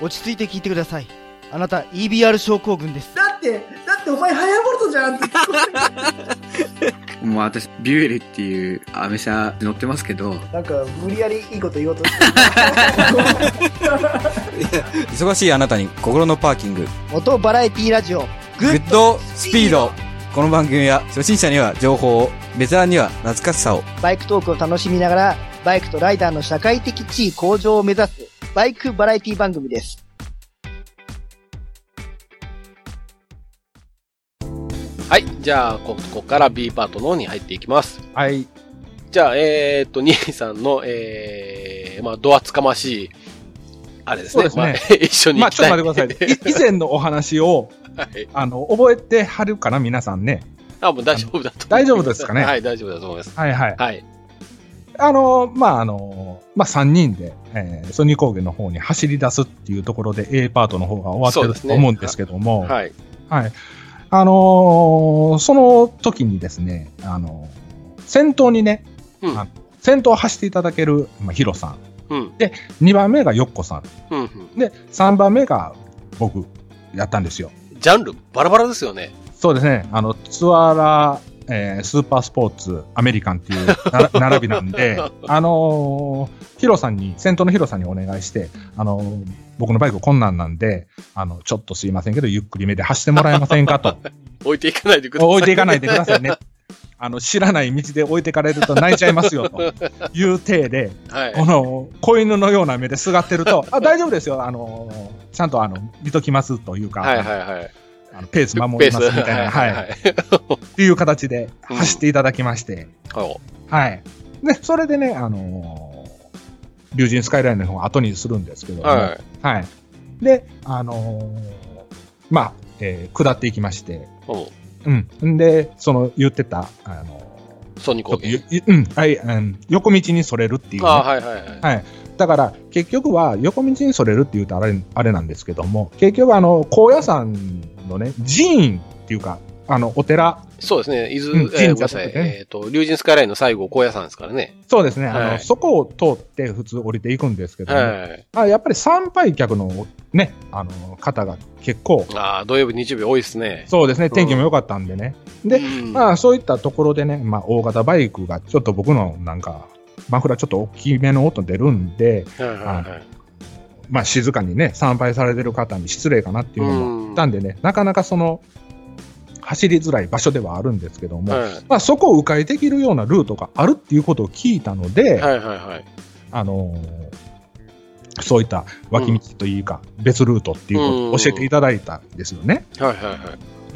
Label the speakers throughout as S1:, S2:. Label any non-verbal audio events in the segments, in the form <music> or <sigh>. S1: 落ち着いて聞いてくださいあなた EBR 症候群です
S2: だって、だってお前ハヤボルトじゃんって。
S3: もう私、ビュエルっていうアメ車乗ってますけど、
S2: なんか、無理やりいいこと言おうとし
S4: 忙しいあなたに心のパーキング
S1: 元バラエティラジオグ
S4: グ
S1: ッ
S4: ッドスピードこの番組は初心者には情報をベテランには懐かしさを
S1: バイクトークを楽しみながらバイクとライダーの社会的地位向上を目指すバイクバラエティ番組です
S5: はい。じゃあ、ここから B パートの方に入っていきます。
S6: はい。
S5: じゃあ、えー、っと、兄さんの、えー、まあ、ドアつかましい、あれですね。
S6: そうです
S5: まあ、 <laughs> 一緒に
S6: ま
S5: 行
S6: あ、
S5: き
S6: ちょ
S5: たい。
S6: っと
S5: <laughs>
S6: 待ってくだ <laughs> さい。い以前のお話を、
S5: はい。
S6: あの、覚えてはるかな、皆さんね。
S5: あ、もう大丈夫だと思います。
S6: 大丈夫ですかね
S5: はい、大丈夫だと思います。
S6: はいはい。
S5: はい。
S6: あの、まあ、あの、まあ、3人で、えー、ソニー高原の方に走り出すっていうところで A パートの方が終わって
S5: そう
S6: る
S5: です
S6: と
S5: ね
S6: 思うんですけども、
S5: はい。
S6: はい。あのーその時にですね、あのー先頭にね、
S5: うん
S6: あの先頭を走っていただける、まあ、ヒロさん。
S5: うん。
S6: 2番目がヨッコさん。
S5: うん、うん。
S6: で、3番目が僕、やったんですよ。
S5: ジャンルバラバラですよね。
S6: そうですね、あの、ツアラ、えースーパースポーツ、アメリカンっていうな <laughs> 並びなんで、あのーヒロさんに、先頭のヒロさんにお願いして、あのー僕のバイク困難なんで、あの、ちょっとすいませんけど、ゆっくりめで走ってもらえませんか <laughs> と。
S5: 置いていかないでください。
S6: 置いていかないでくださいね。あの、知らない道で置いてかれると <laughs> 泣いちゃいますよ、という体で、
S5: <laughs> はい。
S6: この、子犬のような目ですがってると、あ、大丈夫ですよ、あの、ちゃんとあの、見ときますというか、
S5: はいはいはい。
S6: あのペース守りますみたいな、はい、
S5: い。
S6: っていう形で
S5: うん
S6: 走っていただきまして、
S5: はい
S6: はい。で、それでね、あのー、竜神スカイラインの方を後にするんですけども、
S5: は
S6: はい。で、あのーまあ、えー下っていきまして、
S5: い。も
S6: うん。んで、その言ってた、あの
S5: う、
S6: ー
S5: ソニー
S6: ち
S5: 高
S6: ょっとゆ
S5: 原。
S6: ゆうん、はい、うん、横道にそれるっていう、ね。
S5: あーはいはいはい。
S6: だから、結局は横道にそれるっていうとあれ、あれなんですけども、結局はあの、高野山のね、寺院っていうか、あの、お寺、
S5: そうですね。伊
S6: うん
S5: 豆、えーごめんな
S6: 神社と
S5: さ
S6: か
S5: い。
S6: ね
S5: えっと、竜神スカイラインの最後、高野山ですからね。
S6: そうですね、あ
S5: は
S6: の、
S5: い
S6: そこを通って普通降りていくんですけども、
S5: はい。
S6: あやっぱり参拝客のね、あの、方が結構、
S5: ああ、土曜日、日曜日多いですね。
S6: そうですね、天気も良かったんでね。で
S5: うん
S6: まあ、そういったところでね、まあ、大型バイクがちょっと僕のなんか、マフラーちょっと大きめの音出るんで、
S5: はいはいはい
S6: まあ、静かにね、参拝されてる方に失礼かなっていうのもあったんでね、なかなかその、走りづらい場所ではあるんですけども、
S5: はい
S6: まあ、そこを迂回できるようなルートがあるっていうことを聞いたので、
S5: はいはいはい。
S6: あのーそういった脇道というか、別ルートっていうことを教えていただいたんですよね。
S5: はいはいはい。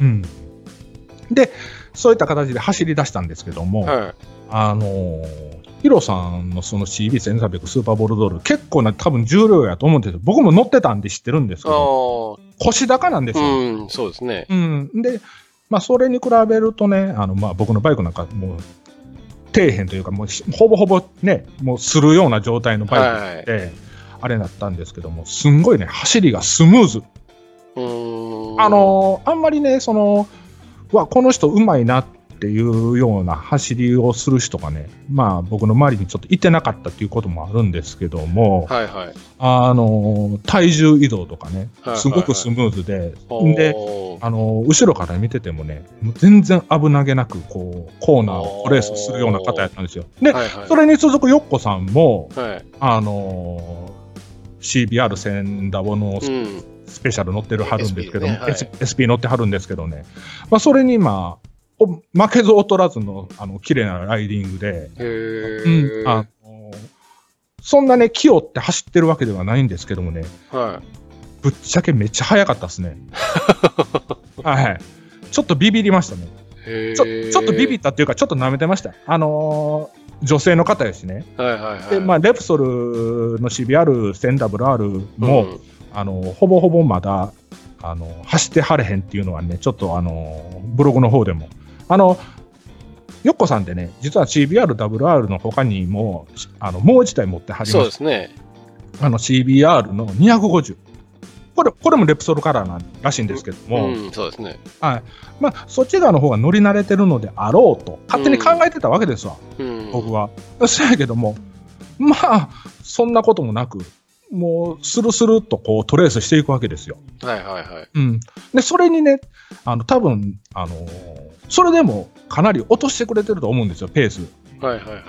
S6: うんで、そういった形で走り出したんですけども、
S5: は
S6: あのーヒロさんのその CB1300 スーパーボルドール、結構な多分重量やと思うんですよ。僕も乗ってたんで知ってるんですけど、
S5: い。
S6: 腰高なんです
S5: ああ、
S6: よ。
S5: うん、そうですね。
S6: うん。で、まあ、それに比べるとね、あの、まあ、僕のバイクなんかもう、底辺というか、もうし、ほぼほぼね、もうするような状態のバイク
S5: は
S6: って、あれだったんですけども、すんごいね、走りがスムーズ。
S5: い。うーん。
S6: あ、のーあんまりね、その、うわ、この人うまいなっていうような走りをする人がね、まあ僕の周りにちょっといてなかったっていうこともあるんですけども、
S5: はいはい。
S6: あのー体重移動とかね
S5: はいはいは、い
S6: すごくスムーズで、で、
S5: おー、
S6: あのー後ろから見ててもね、もう全然危なげなく、こう、コーナーをトレースするような方やったんですよ。で、
S5: はいはい。
S6: それに続くヨッコさんも、
S5: はい。
S6: あのー CBR 千ダボの
S5: うん。
S6: スペシャル乗ってるはるんですけども、
S5: SP ねはい
S6: S- SP 乗ってはるんですけどね、まあ、それにまあ、お負けず劣らずの、あの、綺麗なライディングで、
S5: へー
S6: うんあのそんなね、気をって走ってるわけではないんですけどもね、
S5: は
S6: ぶっちゃけめっちゃ速かったで
S5: <laughs>
S6: すね。はい。ちょっとビビりましたね。
S5: い。へー
S6: ちょちょっとビビっ。たっていうか、ちょっと舐めてました。あのー女性の方やしね。
S5: はいはいはい。
S6: で、まあ、レプソルの CBR1000WR も、
S5: うん
S6: あのほぼほぼまだあの走ってはれへんっていうのはね、ちょっとあのブログの方でも。あのよっこさんってね、実は CBRWR の他にも、あのもう一台持ってはり
S5: そう
S6: ま。
S5: ですすね。
S6: あの CBR の250。これ、これもレプソルカラーなんらしいんですけど
S5: う
S6: も、
S5: ん、そうですね。
S6: まあ、そっち側の方が乗り慣れてるのであろうと、勝手に考えてたわけですわ、 <laughs>
S5: うん。
S6: 僕は。そやけども、まあ、そんなこともなく、もう、スルスルっとこう、トレースしていくわけですよ。
S5: はいはいはい。
S6: うん。で、それにね、あの、多分、あのーそれでもかなり落としてくれてると思うんですよ、ペース。
S5: はいはいはい。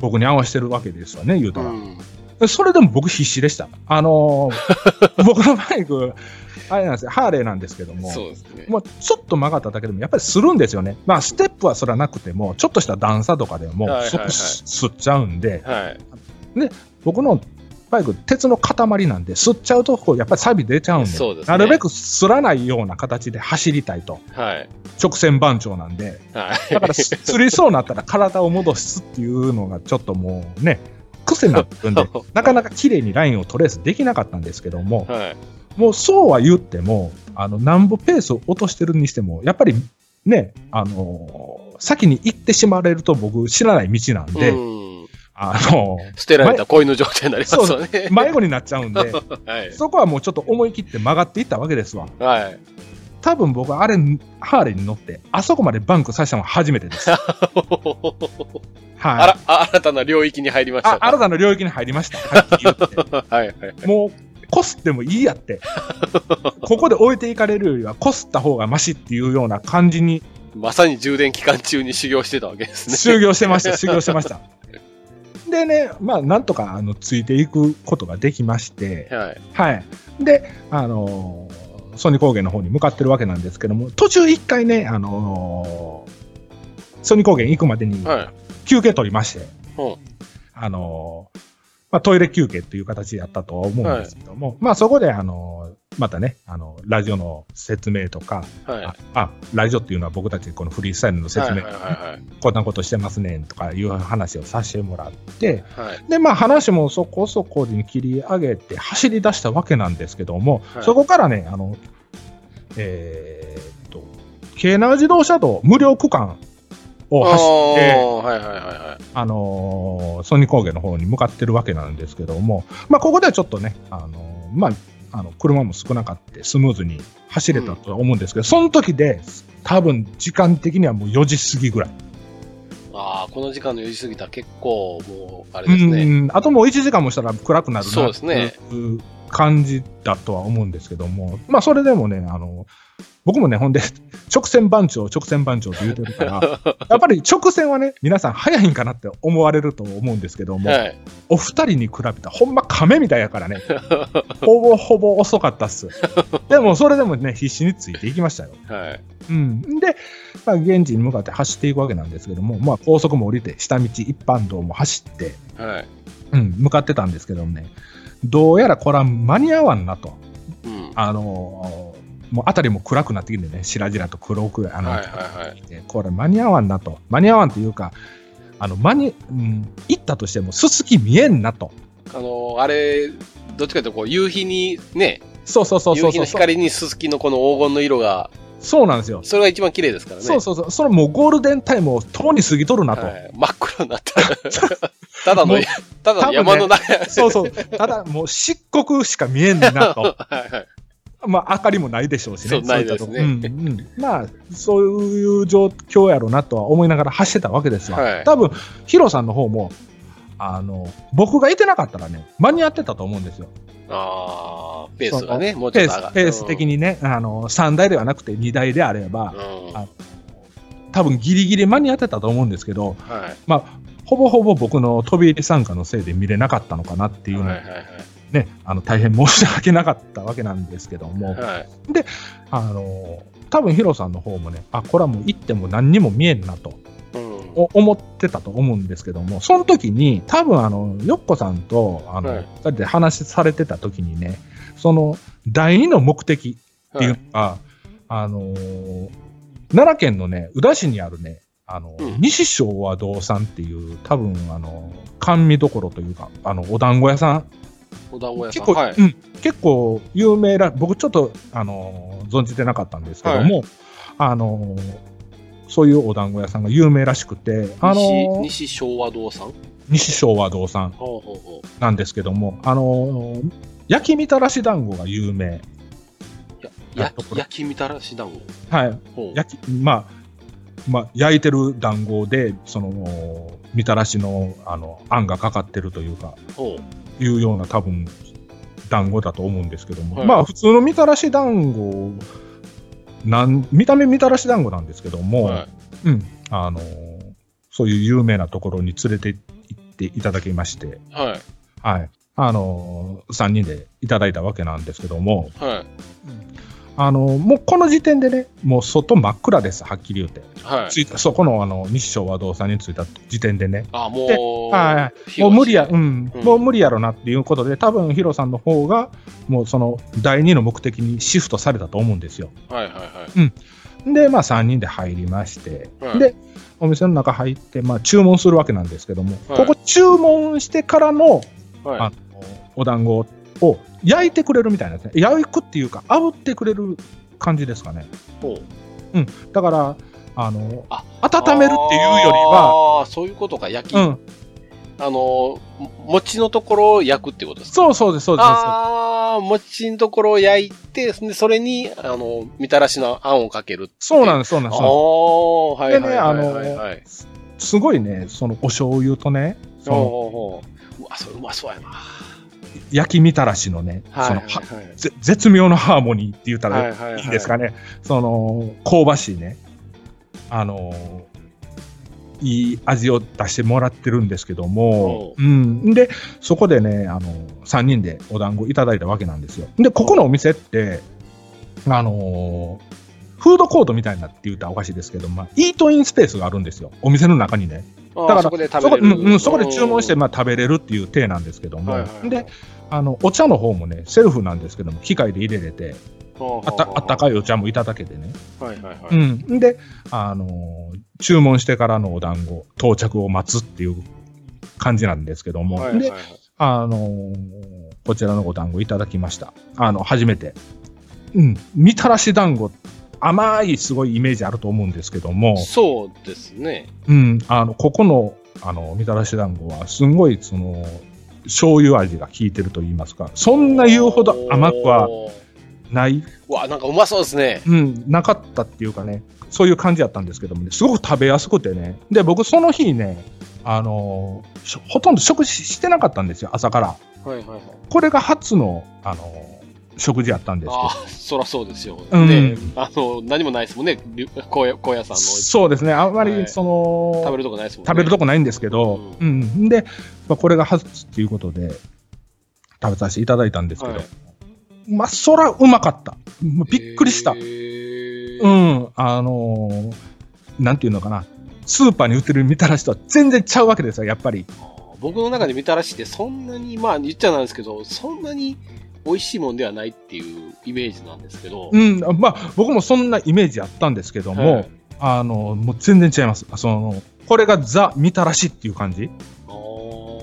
S6: 僕に合わせてるわけですよね、言う
S5: う
S6: たら。
S5: ん。
S6: でそれでも僕必死でした。あの
S5: <laughs>
S6: ー僕のバイク、あれなんですよ、ハーレーなんですけども。
S5: そうですね。
S6: もうちょっと曲がっただけでもやっぱりするんですよね。まあステップはそれはなくても、ちょっとした段差とかでも
S5: はいはいはい
S6: そこすすっちゃうんで、
S5: はい。
S6: 僕のバイク、鉄の塊なんで、すっちゃうとこうやっぱり錆出ちゃうんで、
S5: そうですね
S6: なるべくすらないような形で走りたいと。
S5: はい。
S6: 直線番長なん
S5: <laughs>
S6: で、
S5: はい。、
S6: だからすすりそうになったら体を戻すっていうのがちょっともうね、癖になってるんで
S5: <laughs>
S6: なかなか綺麗にラインをトレースできなかったんですけども、
S5: はい。
S6: もうそうは言っても、あの、なんぼペースを落としてるにしても、やっぱりね、あのー先に行ってしまわれると僕知らない道なんで、
S5: うん。
S6: あの
S5: 捨てられた子犬状態になりますよね
S6: ー。
S5: <laughs>
S6: 迷子になっちゃうんで、
S5: はい。
S6: そこはもうちょっと思い切って曲がっていったわけですわ。
S5: はい。
S6: 多分僕あれ、ハーレーに乗って、あそこまでバンクさせたのは初め
S5: <laughs>
S6: てです。はい。
S5: あ
S6: あ
S5: ら、あ新たな領域に入りましたか。
S6: 新たな領域に入りました。はっきり
S5: <laughs>
S6: 言って。
S5: はいはい。
S6: もう、こすってもいいやって。ここで置いていかれるよりは、こすった方がマシっていうような感じに
S5: まさに充電期間中に修行してたわけですね。
S6: 修行してました、修行してました。でね、まあ、なんとか、あの、ついていくことができまして、
S5: はい。
S6: はい。で、あのーソニー高原の方に向かってるわけなんですけども、途中一回ね、あのーソニー高原行くまでに
S5: はい。
S6: 休憩取りまして、
S5: うん
S6: あのーまあ、トイレ休憩という形やったとは思うんですけども、まあ、そこで、あのーまたね、あの、ラジオの説明とか、
S5: はい。
S6: ああ、ラジオっていうのは僕たちこのフリースタイルの説
S5: はい
S6: 明
S5: はいはい
S6: こんなことしてますねんとかいう話をさせてもらって、
S5: はい。
S6: で、まあ話もそこそこに切り上げて走り出したわけなんですけども、
S5: はい
S6: そこからね、あの、えーっと、京奈自動車道無料区間を走って、
S5: おーはいはいはいは
S6: あのーソニー高原の方に向かってるわけなんですけども、まあここではちょっとね、あのーまあ、あの車も少なかったスムーズに走れたとは思うんですけど、その時で多分時間的にはもう4時過ぎぐらい
S5: い。ああ、この時間の4時過ぎたら結構もう、あれですね。
S6: うん、あともう1時間もしたら暗くなる
S5: そう
S6: な
S5: ですね
S6: っていう感じだとは思うんですけども、まあそれでもね、あの、僕もね、ほんで、直線番長、直線番長って言うてる
S5: <laughs>
S6: から、やっぱり直線はね、皆さん早いんかなって思われると思うんですけども、
S5: はい。
S6: お二人に比べたらほんま亀みたいやからね、ほぼほぼ遅かったっ
S5: <laughs>
S6: す。でもそれでもね、必死についていきましたよ。
S5: はい。
S6: うん、で、まあ、現地に向かって走っていくわけなんですけども、まあ、高速も降りて、下道一般道も走って、
S5: はい。
S6: うん、向かってたんですけどもね、どうやらこれは間に合わんなと。
S5: うん。
S6: あのーもう辺りも暗くなってきてね、白々と黒く、あの、
S5: はいはいはい。
S6: でこれ間に合わんなと。間に合わんというか、あの、間に、うん、行ったとしても、すすき見えんなと。
S5: あのーあれ、どっちかというとこう、夕日にね、
S6: そうそうそうそ
S5: 夕
S6: う
S5: 日
S6: そ
S5: の
S6: う。
S5: 光にすすきのこの黄金の色が、
S6: そうなんですよ。
S5: それが一番綺麗ですからね。
S6: そうそうそう。そのもうゴールデンタイムをとうに過ぎとるなと。
S5: はい、真っ暗になった。 <laughs> ただ
S6: も
S5: の
S6: う、
S5: ただの山の中、
S6: そうそう。ただ、もう漆黒しか見えんな
S5: <laughs>
S6: と。
S5: はいはい
S6: まあ、明かりもないでしょうしね。
S5: そうないですね
S6: そういったとこうんうんまあ、そういう状況やろうなとは思いながら走ってたわけですわ。
S5: はい
S6: 多分、ヒロさんの方も、あの、僕がいてなかったらね、間に合ってたと思うんですよ。
S5: あーペースがね、もうちょ
S6: ペ
S5: っ
S6: ー
S5: と上が
S6: ス、ペース的。にね、あの、3台ではなくて2台であれ
S5: う
S6: ば
S5: ん、うんは
S6: あ多分ギリギリ間に合ってたと思うんですけど、
S5: い。は
S6: まあ、ほぼほぼ僕の飛び入り参加のせいで見れなかったのかなって
S5: い
S6: いうの
S5: は
S6: はいね、あの、大変申し訳なかったわけなんですけども、
S5: はい。はい。
S6: あの多分ヒロさんの方もね、あ、これはもう行っても何にも見えんなと
S5: うん。
S6: お思ってたと思うんですけども、その時に、多分あの、ヨッコさんと、あの、
S5: はい
S6: 二人で話されてた時にね、その、第二の目的っていうのが、あのー奈良県のね、宇陀市にあるね、あの、
S5: うん
S6: 西昭和堂さんっていう、多分あの、甘味どころというか、あの、お団子屋さん
S5: お団子屋さ
S6: 結
S5: ん。
S6: 構、
S5: はい。
S6: うん、結構有名ら、僕ちょっと、あのー存じてなかったんですけども、あのーそういうお団子屋さんが有名らしくて、あのー西
S5: 西西昭和堂さん
S6: 昭和堂さん
S5: ほうほうほう。
S6: なんですけども、あのー焼きみたらし団子が有名。
S5: や
S6: あとこれ
S5: 焼きみたらし団子。
S6: はい。
S5: ほう
S6: 焼き、まあ、まあ、焼いてる団子で、その、みたらしの、あの、あんがかかってるというか、
S5: ほう。
S6: いうような多分団子だと思うんですけども、
S5: はい
S6: まあ普通のみたらし団子なん見た目みたらし団子なんですけども、
S5: はい
S6: うん、あのそういう有名なところに連れて行っていただきまして、
S5: はい。
S6: はいあの3人でいただいたわけなんですけども、
S5: はい。
S6: あのもうこの時点でね、もう外真っ暗です、はっきり言って。
S5: はい。
S6: 着いたそこのあの日照和道さんに着いた時点でね、
S5: あ、も
S6: で
S5: う、
S6: は
S5: 火
S6: も
S5: を
S6: う無理や、うん、
S5: うん
S6: もう無理やろなっていうことで、多分ヒロさんの方が、もうその第二の目的にシフトされたと思うんですよ。
S5: はいはいは
S6: で、まあ3人で入りまして、
S5: い。はい、
S6: で、お店の中入って、まあ注文するわけなんですけども、
S5: はい
S6: ここ注文してからの
S5: は
S6: あのお団子を焼いてくれるみたいなんですね。焼くっていうか、炙ってくれる感じですかね。
S5: い。もう
S6: だから、あの
S5: あ
S6: 温めるっていうより
S5: あ
S6: は、、
S5: ーそういうことか、焼き。
S6: うん、
S5: あの、も餅のところを焼くってことですか
S6: そうそうです、そうです。そうです
S5: ああ、餅のところを焼いて、でそれに、あの、みたらしのあんをかける。
S6: そうなんです、そうなんです。そうなん
S5: おー、はい
S6: ですで
S5: は
S6: ね
S5: い
S6: あ
S5: はい
S6: の
S5: はいはい。
S6: すごいね、そのお醤油とね、
S5: お
S6: そ
S5: ー
S6: の
S5: おーおーうわ、それうまそうやな。
S6: 焼きみたらしのね、
S5: はい
S6: そ
S5: は
S6: の
S5: い
S6: は
S5: はい。
S6: ぜ絶妙なハーモニーって言った
S5: は
S6: ら
S5: いはいはい
S6: いいんですかね、その香ばしいね、あのーいい味を出してもらってるんですけども、うん、で、そこでね、あの3人でお団子いただいたわけなんですよ。で、ここのお店って、あのーフードコートみたいなって言ったらおかしいですけど、まあ、イートインスペースがあるんですよ、お店の中にね。
S5: だ
S6: だから
S5: そこで
S6: そ
S5: 食
S6: こ
S5: べれる。
S6: うんうんそこで注文して、
S5: うん
S6: まあ、食べれるっていう体なんですけども、
S5: はいはいはい
S6: であのお茶の方もねセルフなんですけども機械で入れれてあったあったかいお茶もいただけてね、
S5: はいはいは
S6: う
S5: い。
S6: ん、で、あのー注文してからのお団子到着を待つっていう感じなんですけども、
S5: はいはい
S6: で
S5: はい、
S6: あのーこちらのお団子いただきましたあの初めて、うん、みたらし団子甘いすごいイメージあると思うんですけども
S5: そうですね。
S6: うん、あのここのあのみたらし団子はすんごいその醤油味が効いてると言いますかそんな言うほど甘くは
S5: おー
S6: ない、
S5: うわ、なんかうまそうですね。
S6: うん、なかったっていうかねそういう感じだったんですけどもねすごく食べやすくてねで僕その日ねあのしほとんど食事してなかったんですよ朝から
S5: はいはいはい。
S6: これが初のあの食事やったんですけど
S5: ああ、そらそうですよ。
S6: うん
S5: で、あの、何もないですもんね。りゅ高野高野さんの食
S6: そうですねあんま
S5: はい
S6: りその、
S5: べるとこないですもんね。
S6: 食べるとこないんですけど、
S5: う
S6: うん、で、まあ、これが初っていうことで、食べさせていただいたんですけど、
S5: はい
S6: まあ、そらうまかった。もうびっくりした。
S5: へー
S6: うん、あのーなんていうのかな、スーパーに売ってるみたらしとは全然ちゃうわけですよ、やっぱり。
S5: 僕の中でみたらしってそんなに、まあ言っちゃなんですけど、そんなに美味しいもんではないっていうイメージなんですけど。
S6: うん、まあ、僕もそんなイメージあったんですけども、
S5: はい
S6: あのーもう全然違います。その、これがザ・みたらしっていう感じ。
S5: あー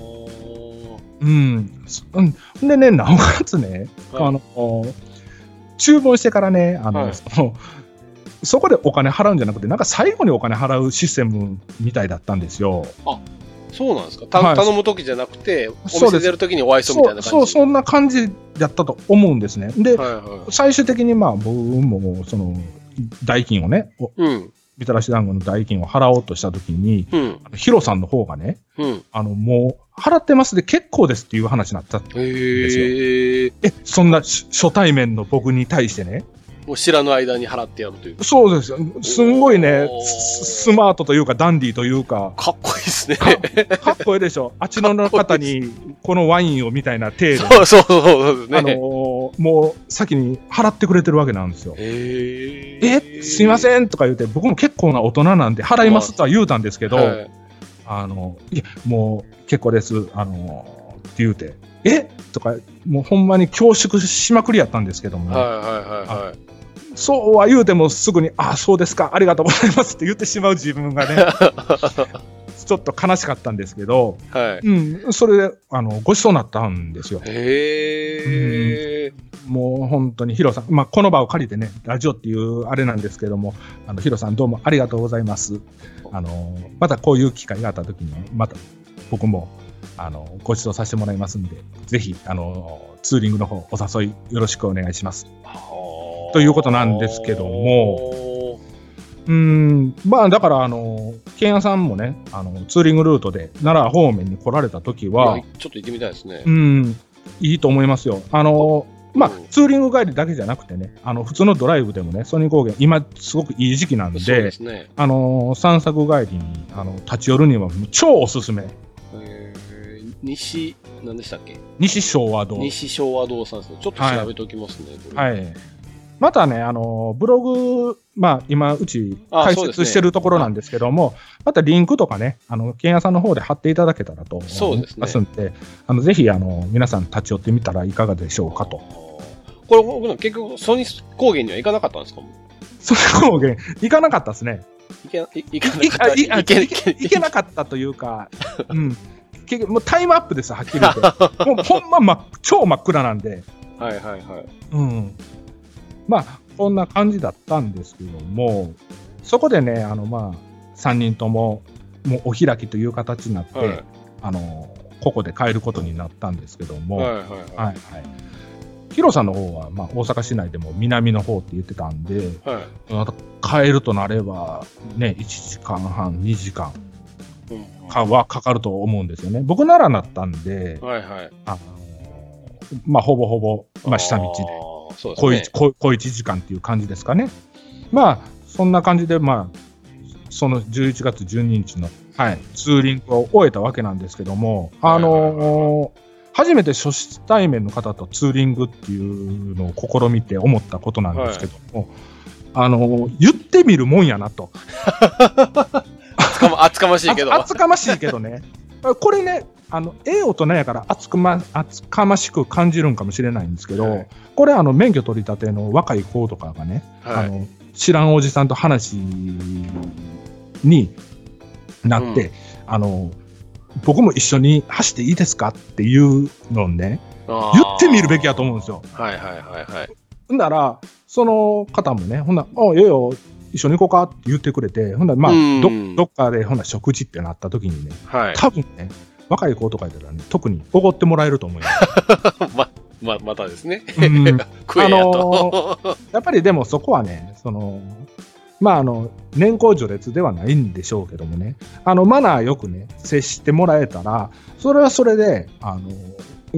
S6: うん。そうん、でね、なおかつね、
S5: はい
S6: あの、注文してからね、あの、
S5: はい
S6: そのそこでお金払うんじゃなくて、なんか最後にお金払うシステムみたいだったんですよ。
S5: そうなんですか、た
S6: はい
S5: 頼む時じゃなくて、お
S6: そう
S5: 店
S6: です
S5: 出る時にお会いするみたいな感じ
S6: そう、そんな感じだったと思うんですね。で、
S5: はいはい。
S6: 最終的にまあ、僕も、その、代金をね、お
S5: うん、うん
S6: みたらし団子の代金を払おうとしたときに、、
S5: うん
S6: ヒロさんの方がね、
S5: うん。
S6: あの、もう、払ってますで結構ですっていう話になった。
S5: へえ。
S6: え、そんなし初対面の僕に対してね、
S5: もう知らぬ間に払ってやるという。
S6: そうですよ。すんごいね
S5: おー、
S6: ススマートというか、ダンディーというか、
S5: かっこいいですね。
S6: かかっこいいでしょ。あっちの方に、このワインをみたいな程度、
S5: <laughs> そうそうそうで
S6: あ
S5: す
S6: の
S5: ね。
S6: ーもう先に払ってくれてるわけなんですよ。
S5: へ
S6: え、すいま
S5: ん
S6: せんとか言って、僕も結構な大人なんで、払いますとは言うたんですけど、
S5: はい
S6: あの、いや、もう結構です、あのーって言うて、えとか、もうほんまに恐縮しまくりやったんですけども、
S5: はいはいはいはい。
S6: そうは言うてもすぐに、あそうですか、ありがとうございますって言ってしまう自
S5: <laughs>
S6: 分がね、ちょっと悲しかったんですけど、
S5: はい。
S6: うん、それで、あの、ごちそうになったんですよ。
S5: へえ。
S6: もう本当にヒロさん、まあ、この場を借りてね、ラジオっていうあれなんですけども、あの、ヒロさんどうもありがとうございます。あの、またこういう機会があった時には、また僕も、あの、ごちそうさせてもらいますんで、ぜひ、あの、ツーリングの方お誘いよろしくお願いします。ということなんですけどもうーん、まあだから、あの、ケンヤさんもね、あの、ツーリングルートで奈良方面に来られた時
S5: あー、い
S6: は、
S5: やちょっと行ってみたいですね
S6: う。ん、いいと思いますよ。あのまあ
S5: うん、
S6: ツーリング帰りだけじゃなくてね、あの普通のドライブでもね、ソニー高原、今、すごくいい時期なんで、
S5: そうですね。
S6: あの散策帰りにあの立ち寄るには超おすすめ、
S5: えー、西、何でしたっけ
S6: 西昭和堂。
S5: 西昭和堂さんですね。ちょっと調べておきますね。これ
S6: はい。またね、あのブログ、まあ、今、うち
S5: あ
S6: 解
S5: そうです
S6: 説
S5: ね
S6: してるところなんですけども、またリンクとかね、あの、県屋さんの方で貼っていただけたらと思
S5: そう
S6: い
S5: ですね
S6: ますんで、あのぜひ、あの、皆さん立ち寄ってみたらいかがでしょうかと。
S5: これ、僕結局、ソニー高原には行かなかったんですか
S6: それもね行かなかったですね。
S5: 行けな、い行かなかった。
S6: <laughs> いいあい
S5: 行けない、行けない
S6: 行けなかったという
S5: <laughs>
S6: か、うん。結局、もうタイムアップです、はっきり言って。もうほんま、ま、超真っ暗なんで。
S5: はいはいはい。
S6: うん。まあ、こんな感じだったんですけども、そこでね、あの、まあ、3人とも、もうお開きという形になって、
S5: はい
S6: あの、ここで帰ることになったんですけども、
S5: はい
S6: はい、
S5: はいは
S6: はい。ヒロさんの方は、まあ、大阪市内でも南の方って言ってたん
S5: い。
S6: で、
S5: はい。
S6: また帰るとなれば、ね、1時間半、2時間
S5: うん
S6: かはかかると思うんですよね。僕ならなったんで、
S5: はいはい。
S6: あのまあ、ほぼほぼ、まあ、下道で。
S5: あー。そう
S6: 小
S5: で
S6: 一
S5: すね。
S6: 小小一時間っていう感じですかね。まあ、そんな感じで、まあ、その11月12日の、はい、ツーリングを終えたわけなんですけども、あ
S5: はいはいはい
S6: のー初めて初対面の方とツーリングっていうのを試みて思ったことなんですけども、あのー言ってみるもんやなと。
S5: 厚かま、厚かましいけど。
S6: あ厚かましいけど
S5: <laughs>
S6: ね。これね、あの、ええ大人やから厚くま、厚かましく感じるんかもしれないんですけど、
S5: はい
S6: これあの、免許取り立ての若い子とかがね、
S5: は
S6: あ
S5: い。
S6: の知らんおじさんと話になって、
S5: う
S6: あの僕も一緒に走っていいですかっていうのをね
S5: あ
S6: 言
S5: ー
S6: ってみるべきやと思うんですよ。
S5: はいはいはいはい。
S6: ほんならその方もねほんなら「あええよ一緒に行こうか」って言ってくれてほんならまあ
S5: うん
S6: どどっかでほんなら食事ってなった時にね
S5: はい。
S6: 多分ね若い子とかいたらね特におごってもらえると思い
S5: <laughs>
S6: ます。
S5: ま、ま、またですね。
S6: うん
S5: 食えや
S6: あの
S5: と。
S6: やっぱりでもそこはね、その、まああの、年功序列ではないんでしょうけどもね、あの、マナーよくね、接してもらえたら、それはそれで、あの、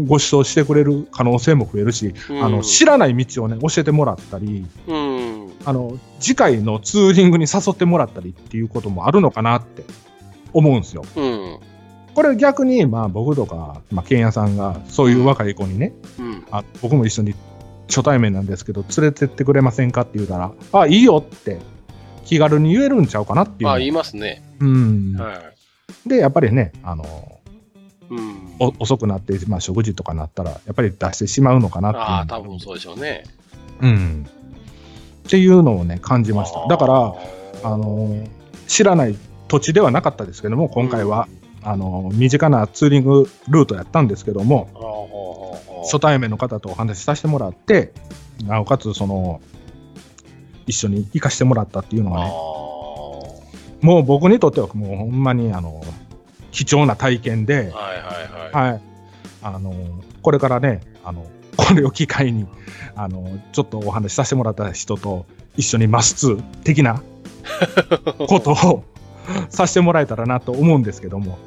S6: ご馳走してくれる可能性も増えるし、あ
S5: う
S6: の、
S5: ん
S6: 知らない道をね、教えてもらったり、
S5: うん。
S6: あの、次回のツーリングに誘ってもらったりっていうこともあるのかなって思うんですよ。
S5: うん。
S6: これ逆に、まあ僕とか、まあ、ケンヤさんが、そういう若い子にね、
S5: うん。
S6: あ僕も一緒に初対面なんですけど連れてってくれませんかって言うたらあいいよって気軽に言えるんちゃうかなっていう
S5: あ、
S6: の
S5: 言いますね。
S6: うん
S5: はい。
S6: でやっぱりねあの
S5: うん。
S6: お遅くなって、まあ、食事とかなったらやっぱり出してしまうのかなっていう
S5: ああ、多分そうでしょうね。
S6: うん、っていうのをね感じましただから
S5: ら
S6: あの知らない土地ではなかったですけども今回は、あの身近なツーリングルートやったんですけども、
S5: あーほうほうほう
S6: 初対面の方とお話しさせてもらって、なおかつその、一緒に行かしてもらったっていうのはね、もう僕にとってはもうほんまにあの、貴重な体験で
S5: あー、はいはいはい。
S6: はい。あの、これからね、あの、これを機会に、あの、ちょっとお話しさせてもらった人と一緒にマス2
S5: <laughs>
S6: 的なことをさせてもらえたらなと思うんですけども、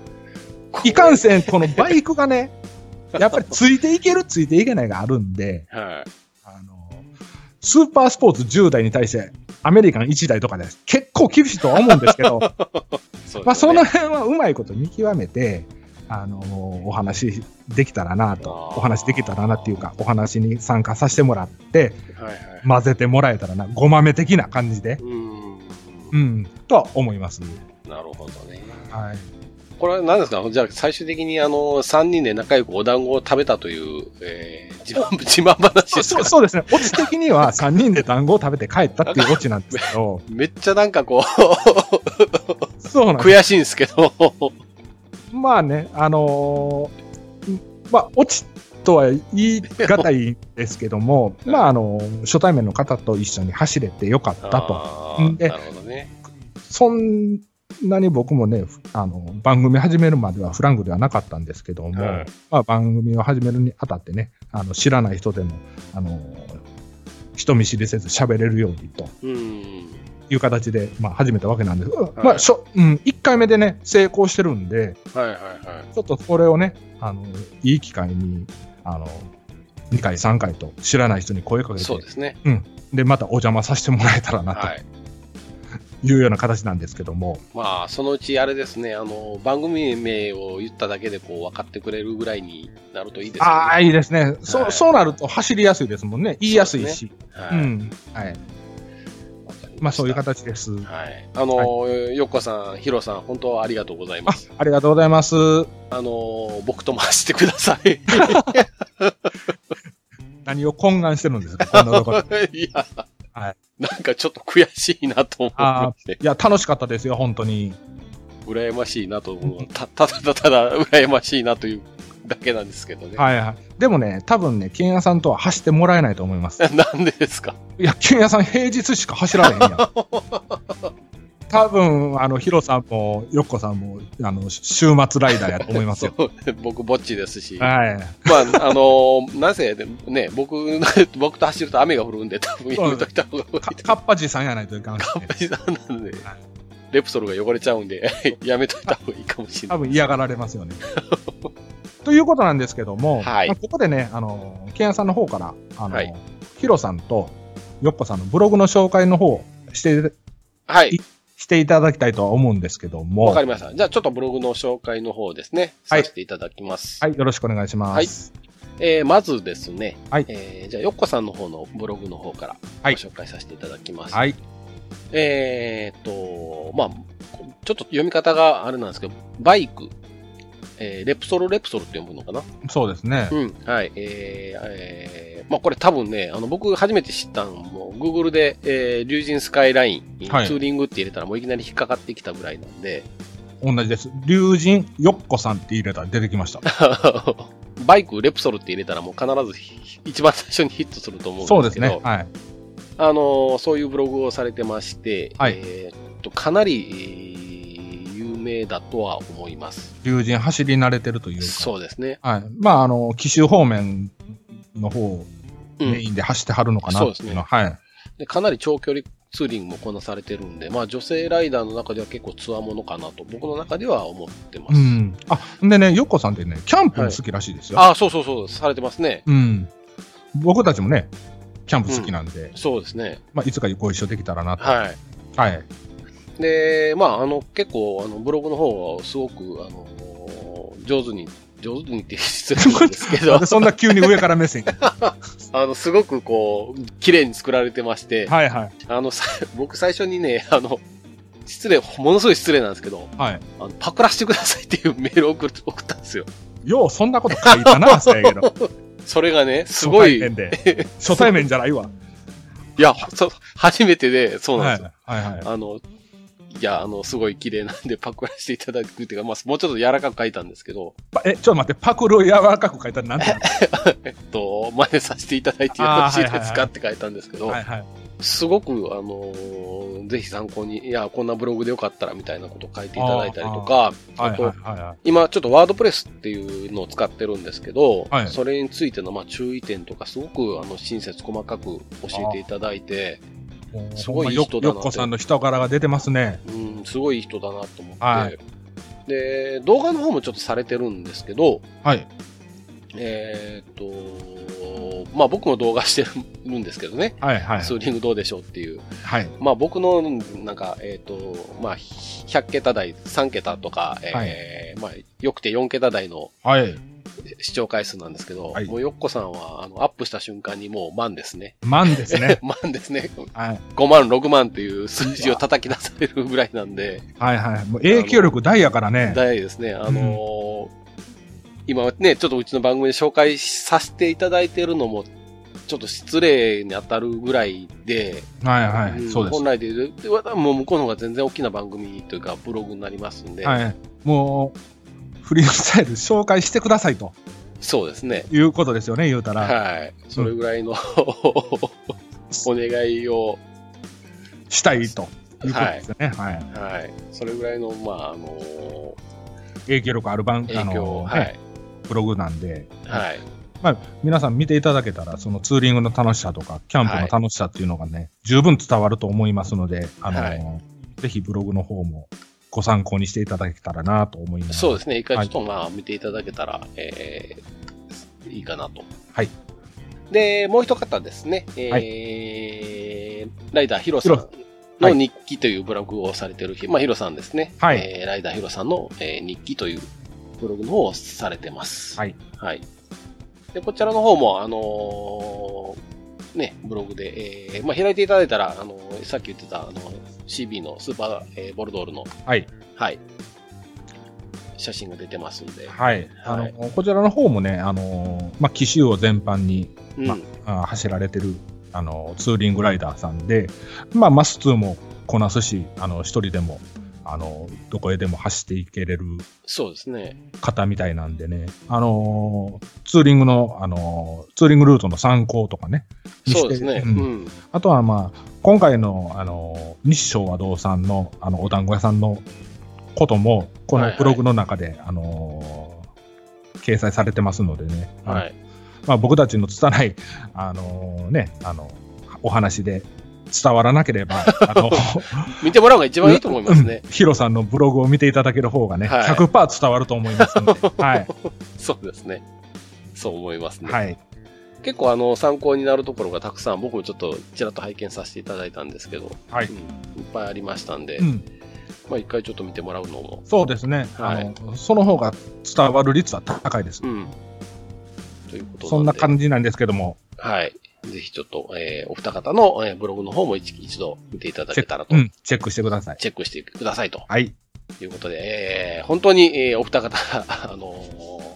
S6: いかんせん、このバイクがね、やっぱりついていける、ついていけないがあるんで、
S5: はい。
S6: あの、スーパースポーツ10台に対して、アメリカン1台とかで結構厳しいとは思うん <laughs> ですけ
S5: そ
S6: ど、
S5: うですね
S6: まあ、その辺はうまいこと見極めて、あのお話できたらなと、
S5: あー
S6: お話できたらなっていうか、お話に参加させてもらって、
S5: はいはい。
S6: 混ぜてもらえたらな、ごまめ的な感じで、
S5: うーん。
S6: うん、とは思います。
S5: なるほどね。
S6: <laughs> はい。
S5: これは何ですかじゃあ最終的にあの、三人で仲良くお団子を食べたという、えー、自慢、自慢話
S6: そ
S5: で
S6: う
S5: す
S6: そ
S5: か
S6: うそうですね、オチ的には3人で団子を食べて帰ったっていうオチなんですけど、
S5: めっちゃなんかこ
S6: <laughs> そうなん
S5: う、
S6: です
S5: 悔しいんですけど。
S6: まあね、あのーまあ、落ちとは言い難いんですけ
S5: <laughs>
S6: ども、まあ、あのー初対面の方と一緒に走れてよかったと。
S5: あ
S6: うん
S5: ー
S6: で
S5: なるほどね。
S6: そんなに僕もね、ふあの、番組始めるまではフランクではなかったんですけども、
S5: はい
S6: まあ、番組を始めるにあたってね、あの、知らない人でも、あのー人見知りせず喋れるようにと
S5: うん。
S6: いう形で、まあ、始めたわけなんです。ま
S5: は
S6: あ、
S5: い
S6: しょ、うん、1回目でね、成功してるんで、
S5: はいはいはい。
S6: ちょっとこれをね、あの、いい機会に、あの、2回、3回と知らない人に声かけて
S5: そう、ですね。
S6: で、またお邪魔させてもらえたらなと
S5: はい。
S6: いうような形なんですけども、
S5: まあ、そのうちあれですね、あの、番組名を言っただけでこう分かってくれるぐらいになるといいですよね。
S6: ああ、いいですね。そう、
S5: はい
S6: そうなると走りやすいですもんね。言いやすいし。
S5: はい。
S6: うん。はい。
S5: わかりした
S6: まあそういう。形です。
S5: はい。あの、よっこさん、ひろさん、本当ありがとうございます。
S6: ありがとうございます。
S5: あの、僕と回してください。
S6: 何を懇願してるんで
S5: <laughs>
S6: すかこんなところで
S5: いや、
S6: はい
S5: なんかちょっと悔しいなと思
S6: あ
S5: って、
S6: いや、楽しかったですよ、本当に。
S5: 羨ましいなと思う。た <laughs> ただただただ羨ましいなというだけなんですけどね。
S6: はいはい。でもね、多分ね、金谷さんとは走ってもらえないと思います。
S5: <laughs> なんでですか。
S6: いや、金谷さん平日しか走られへんやん。多分、あの、ヒロさんも、ヨッコさんも、あの、週末ライダーやと思いますよ
S5: <laughs> そう僕、ぼっちですし。 <laughs>
S6: はい。
S5: まあ、あのなぜ、ね、僕、 <laughs> 僕と走ると雨が降るんで、多分やめといた方がいい <laughs>
S6: かカッパじさんやないといかんしね、
S5: なんで、レプソルが汚れちゃうんで、 <laughs> やめといた方がいいかもしれな
S6: 多
S5: い。
S6: 分嫌がられま
S5: <laughs>
S6: すよね。ということなんですけども、
S5: はい
S6: まあここでね、あの、ケンさんの方から、あの、
S5: はい
S6: ヒロさんとヨッコさんのブログの紹介の方をして、
S5: はい。
S6: していただきたいとは思うんですけども、
S5: わか
S6: は
S5: りました。じゃあ、ちょっとブログの紹介の方ですね、さ
S6: はい
S5: せていただきます。
S6: い、よろしくお願いします。
S5: えーまずですね、
S6: はい
S5: えーじゃあ、よっこさんの方のブログの方からご
S6: はい
S5: 紹介させていただきます。
S6: はい。
S5: えーっと、まあ、ちょっと読み方があれなんですけど、バイク、えーレプソルレプソルって読むのかな
S6: そうですね。
S5: うん、はい。えーえーまあこれ多分ね、あの、僕初めて知ったのも、Google で、えー、竜神スカイライン、
S6: はい
S5: ツーリングって入れたらもういきなり引っかかってきたぐらいなんで、 <laughs>
S6: 同じです。竜神よっこさんって入れたら出てきました。
S5: バイク、レプソルって入れたらもう必ずひ一番最初にヒットすると思うんですけ
S6: そ
S5: ど、
S6: うですね。はい。
S5: あのーそういうブログをされてまして、
S6: はい
S5: えーっと、かなり、えー有名だとは思います。
S6: 竜神走り慣れてるというか。
S5: そうですね。
S6: はい。まあ、あの、紀州方面の方を
S5: うん
S6: メインで走ってはるのかな
S5: そうで
S6: っ
S5: す
S6: てい
S5: ね
S6: うのは、はい。
S5: でかなり長距離ツーリングもこなされてるんで、まあ女性ライダーの中では結構つわものかなと、僕の中では思ってます。
S6: うん。あ、でね、よっこさんってね、キャンプも好きらしいですよ。
S5: ああ、そうそうそう、されてますね。
S6: うん。僕たちもね、キャンプ好きなんで、
S5: そうですね。
S6: まあ、いつかご一緒できたらなと。
S5: は
S6: はい。
S5: い。で、まあ、あの、結構、あの、ブログの方はすごく、あの上手に、上手にって失礼なんですけ
S6: <laughs>
S5: ど
S6: で、そんな急に上から目線。
S5: <laughs> あの、すごくこう、綺麗に作られてまして、
S6: はいはい。
S5: あの、さ僕最初にね、あの、失礼、ものすごい失礼なんですけど、
S6: はい。
S5: あのパクらせてくださいっていうメールを送る送ったんですよ。
S6: よう、そんなこと書いたな、そうやけど。
S5: それがね、 <laughs> すごい
S6: 初対、面で。初対面じゃないわ。
S5: いや、そう、初めてで、 <laughs> そうなん
S6: は
S5: です
S6: い
S5: よ。
S6: はいはい。
S5: あの、いや、あの、すごい綺麗なんでパクらせていただくっていうか、まあ、もうちょっと柔らかく書いたんですけど、
S6: パえ、ちょっと待って、パクルを柔らかく書いたらなんてなった
S5: えっと、真似させていただいてよろしい
S6: あ
S5: で
S6: ーはい
S5: す
S6: はいは
S5: か
S6: い
S5: って書いたんですけど、
S6: はいはい。
S5: すごく、あのーぜひ参考に、いや、こんなブログでよかったらみたいなことを書いていただいたりとか、
S6: はい
S5: あ
S6: はい
S5: と、
S6: は
S5: 今ちょっとワードプレスっていうのを使ってるんですけど、
S6: はい
S5: それについてのまあ注意点とかすごくあの親切細かく教えていただいて、
S6: いはい。
S5: すごいいい人だなって
S6: よっこさんの人柄が出てますね。
S5: うん、すごい人だなと思って、
S6: はい
S5: で、動画の方もちょっとされてるんですけど、
S6: はい。
S5: えーっと、まあ僕も動画してるんですけどね、
S6: はいはい。
S5: ツーリングどうでしょうっていう。
S6: はい。
S5: まあ僕の、なんか、えーっと、まあ、100桁台、3桁とか、えーまあ、よくて4桁台の
S6: はい。
S5: 視聴回数なんですけど、
S6: はい
S5: もうよっこさんは、あの、アップした瞬間にもう万ですね。。
S6: 万です
S5: <laughs>
S6: ね
S5: 万ですね。
S6: はい。
S5: 5万、6万っていう数字を叩き出されるぐらいなんで、
S6: はいはい。もう影響力大やからね。
S5: 大ですね。あのー今ね、ちょっとうちの番組で紹介させていただいてるのも、ちょっと失礼に当たるぐらいで、
S6: はいは
S5: うん
S6: い。そうです
S5: 本。来で言うでわもう向こうの方が全然大きな番組というか、ブログになりますんで、
S6: はい。もう、フリースタイル紹介してくださいと
S5: そうですね。
S6: いうことですよね、言うたら。
S5: はい。それぐらいの、お願いを、
S6: したいということですよね。はい。
S5: はい。それぐらいの、まあ、あの
S6: 影響力ある番、
S5: ー
S6: あ
S5: 影響、
S6: の
S5: は、
S6: ね
S5: い。
S6: ブログなんで。
S5: はい。
S6: 皆さん見ていただけたら、そのツーリングの楽しさとか、キャンプの楽しさっていうのがね、十分伝わると思いますので、あの、
S5: は
S6: ぜひブログの方もご参考にしていただけたらなと思います。
S5: そう
S6: す。
S5: ですね。一回ちょっと、まあ、見ていただけたら、えーいいかなと。
S6: はい。
S5: で、もう一方ですね、えー
S6: は
S5: ライダーヒロさん
S6: ヒ
S5: の
S6: はい
S5: 日記というブログをされてる日、まあヒロさんですね。
S6: はい
S5: えーライダーヒロさんの、えー日記というブログの方をされてます。
S6: はい。
S5: はい。で、こちらの方も、あのーね、ブログで、えーまあ開いていただいたら、あのーさっき言ってた、あの CB のスーパー、えーボルドールの、
S6: はい。
S5: はい。写真が出てますんで。
S6: はい。あの、こちらの方もね、あの、まあ、機種を全般に
S5: うん。
S6: まあー走られてるあのツーリングライダーさんで、まあ、マス2もこなすしあの一人でもあのどこへでも走っていけれる
S5: そうですね。
S6: 方みたいなんでね、あのーツーリングの、あのーツーリングルートの参考とかねにして
S5: そうですね。う
S6: うん
S5: ん。
S6: あとは、まあ、今回の、あのー日照和堂さんのあのお団子屋さんのこともこ
S5: はい
S6: の
S5: はい
S6: ブログの中で、あのー掲載されてますのでね、あの
S5: はい。
S6: まあ、僕たちの拙い、あのね、あの、お話で伝わらなければ、
S5: <laughs>
S6: あの、
S5: 見てもらうのが一番いいと思いますね。
S6: うんヒロさんのブログを見ていただける方がね、
S5: はい
S6: 100%伝わると思いますので、はい、
S5: そうですね。そう思いますね。
S6: はい、
S5: 結構あの、参考になるところがたくさん、僕もちょっとちらっと拝見させていただいたんですけど、 <laughs>
S6: はい
S5: うん、いっぱいありましたんで、
S6: うん、
S5: まあ一回ちょっと見てもらうのも、
S6: そうですね、
S5: はい
S6: あの、その方が伝わる率は高いです
S5: う。ん。ということ
S6: そんな
S5: じ。
S6: 感じなんですけども、
S5: はい。ぜひちょっと、えー、お二方の、えーブログの方も一一度見ていただ
S6: チ
S5: け
S6: ェ
S5: たら
S6: ッ
S5: と
S6: ク、う、ん、チェックしてください。
S5: チェックしてくださいと
S6: はい、
S5: いうことで、えー、本当に、えー、お二方、 <laughs> あのー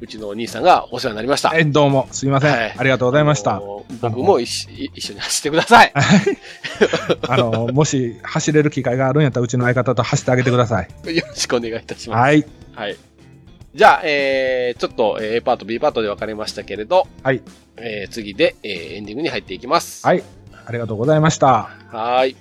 S5: うちのお兄さんがお世話になりました。
S6: えどうも、すみません、
S5: はい
S6: ありがとうございました
S5: あ。のー。僕も一緒一緒に走ってください。
S6: あの、もし走れる機会があるんやったら、うちの相方と走ってあげてください。
S5: <laughs> よろしくお願いいたします。
S6: はい、
S5: はい。じゃあ、えー、ちょっとえー A パート、B パートで分かれましたけれど、
S6: はい。
S5: えー、次で、えー、エンディングに入っていきます。
S6: はいありがとうございました。
S5: はーい。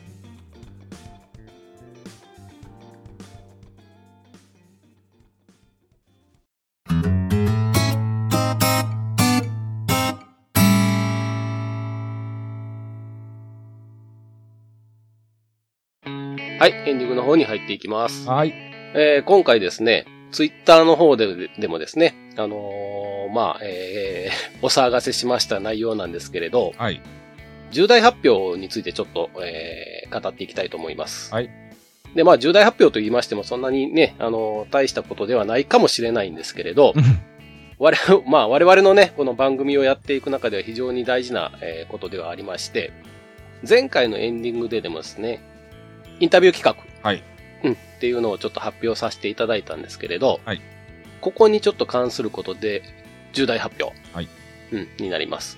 S5: はい、エンディングの方に入っていきます。
S6: はい。
S5: えー今回ですね、ツイッターの方ででもですね、あのーまあ、えー <laughs> お騒がせしました内容なんですけれど、
S6: はい。
S5: 重大発表についてちょっと、えー語っていきたいと思います。
S6: はい。
S5: で、まあ、重大発表と言いましても、そんなにね、あのー大したことではないかもしれないんですけれど、我々、 <laughs> まあ、我々のね、この番組をやっていく中では非常に大事な、えーことではありまして、前回のエンディングででもですね、インタビュー企画。
S6: はい
S5: うん、っていうのをちょっと発表させていただいたんですけれど、
S6: はい
S5: ここにちょっと関することで、重大発表。
S6: はい
S5: うん、になります。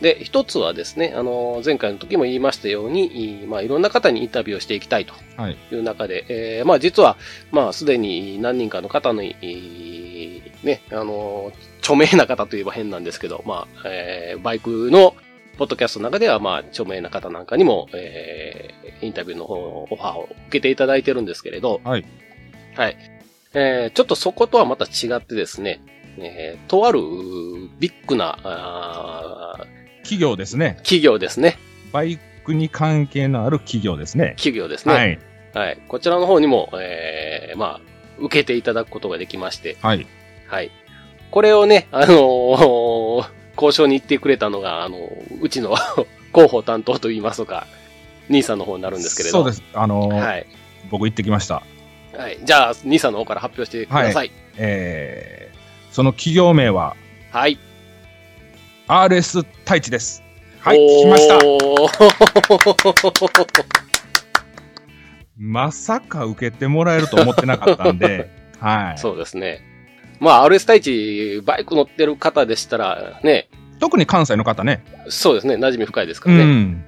S5: で、一つはですね、あのー、前回の時も言いましたように、いまあ、いろんな方にインタビューをしていきたいと
S6: はい
S5: いう中で、えーまあ、実は、まあ、すでに何人かの方の、いいね、あのー、著名な方といえば変なんですけど、まあ、えーバイクの、ポッドキャストの中では、まあ、著名な方なんかにも、えーインタビューの方のオファーを受けていただいてるんですけれど、
S6: はい。
S5: はい。えーちょっとそことはまた違ってですね、えーとあるビッグな、あー
S6: 企業ですね。
S5: 企業ですね。
S6: バイクに関係のある企業ですね。
S5: 企業ですね。は。
S6: はいい。
S5: こちらの方にも、えーまあ、受けていただくことができまして、
S6: はい。
S5: はい。これをね、あのー交渉に行ってくれたのが、あのーうちの <laughs> 広報担当といいますか、兄さんの方になるんですけれど。
S6: そうです。あのー
S5: はい。
S6: 僕行ってきました。
S5: はい。じゃあ、兄さんの方から発表してください。
S6: えー、その企業名は
S5: はい。
S6: RS 太一です。はい、
S5: おー
S6: 来ました。まさか受けてもらえると思ってなかった
S5: <laughs>
S6: んで、は
S5: <laughs>
S6: い。
S5: そうですね。まあ、RS 太一、バイク乗ってる方でしたら、ね、
S6: 特に関西の方ね。
S5: そうですね、馴染み深いですか
S6: う
S5: らね。
S6: ん。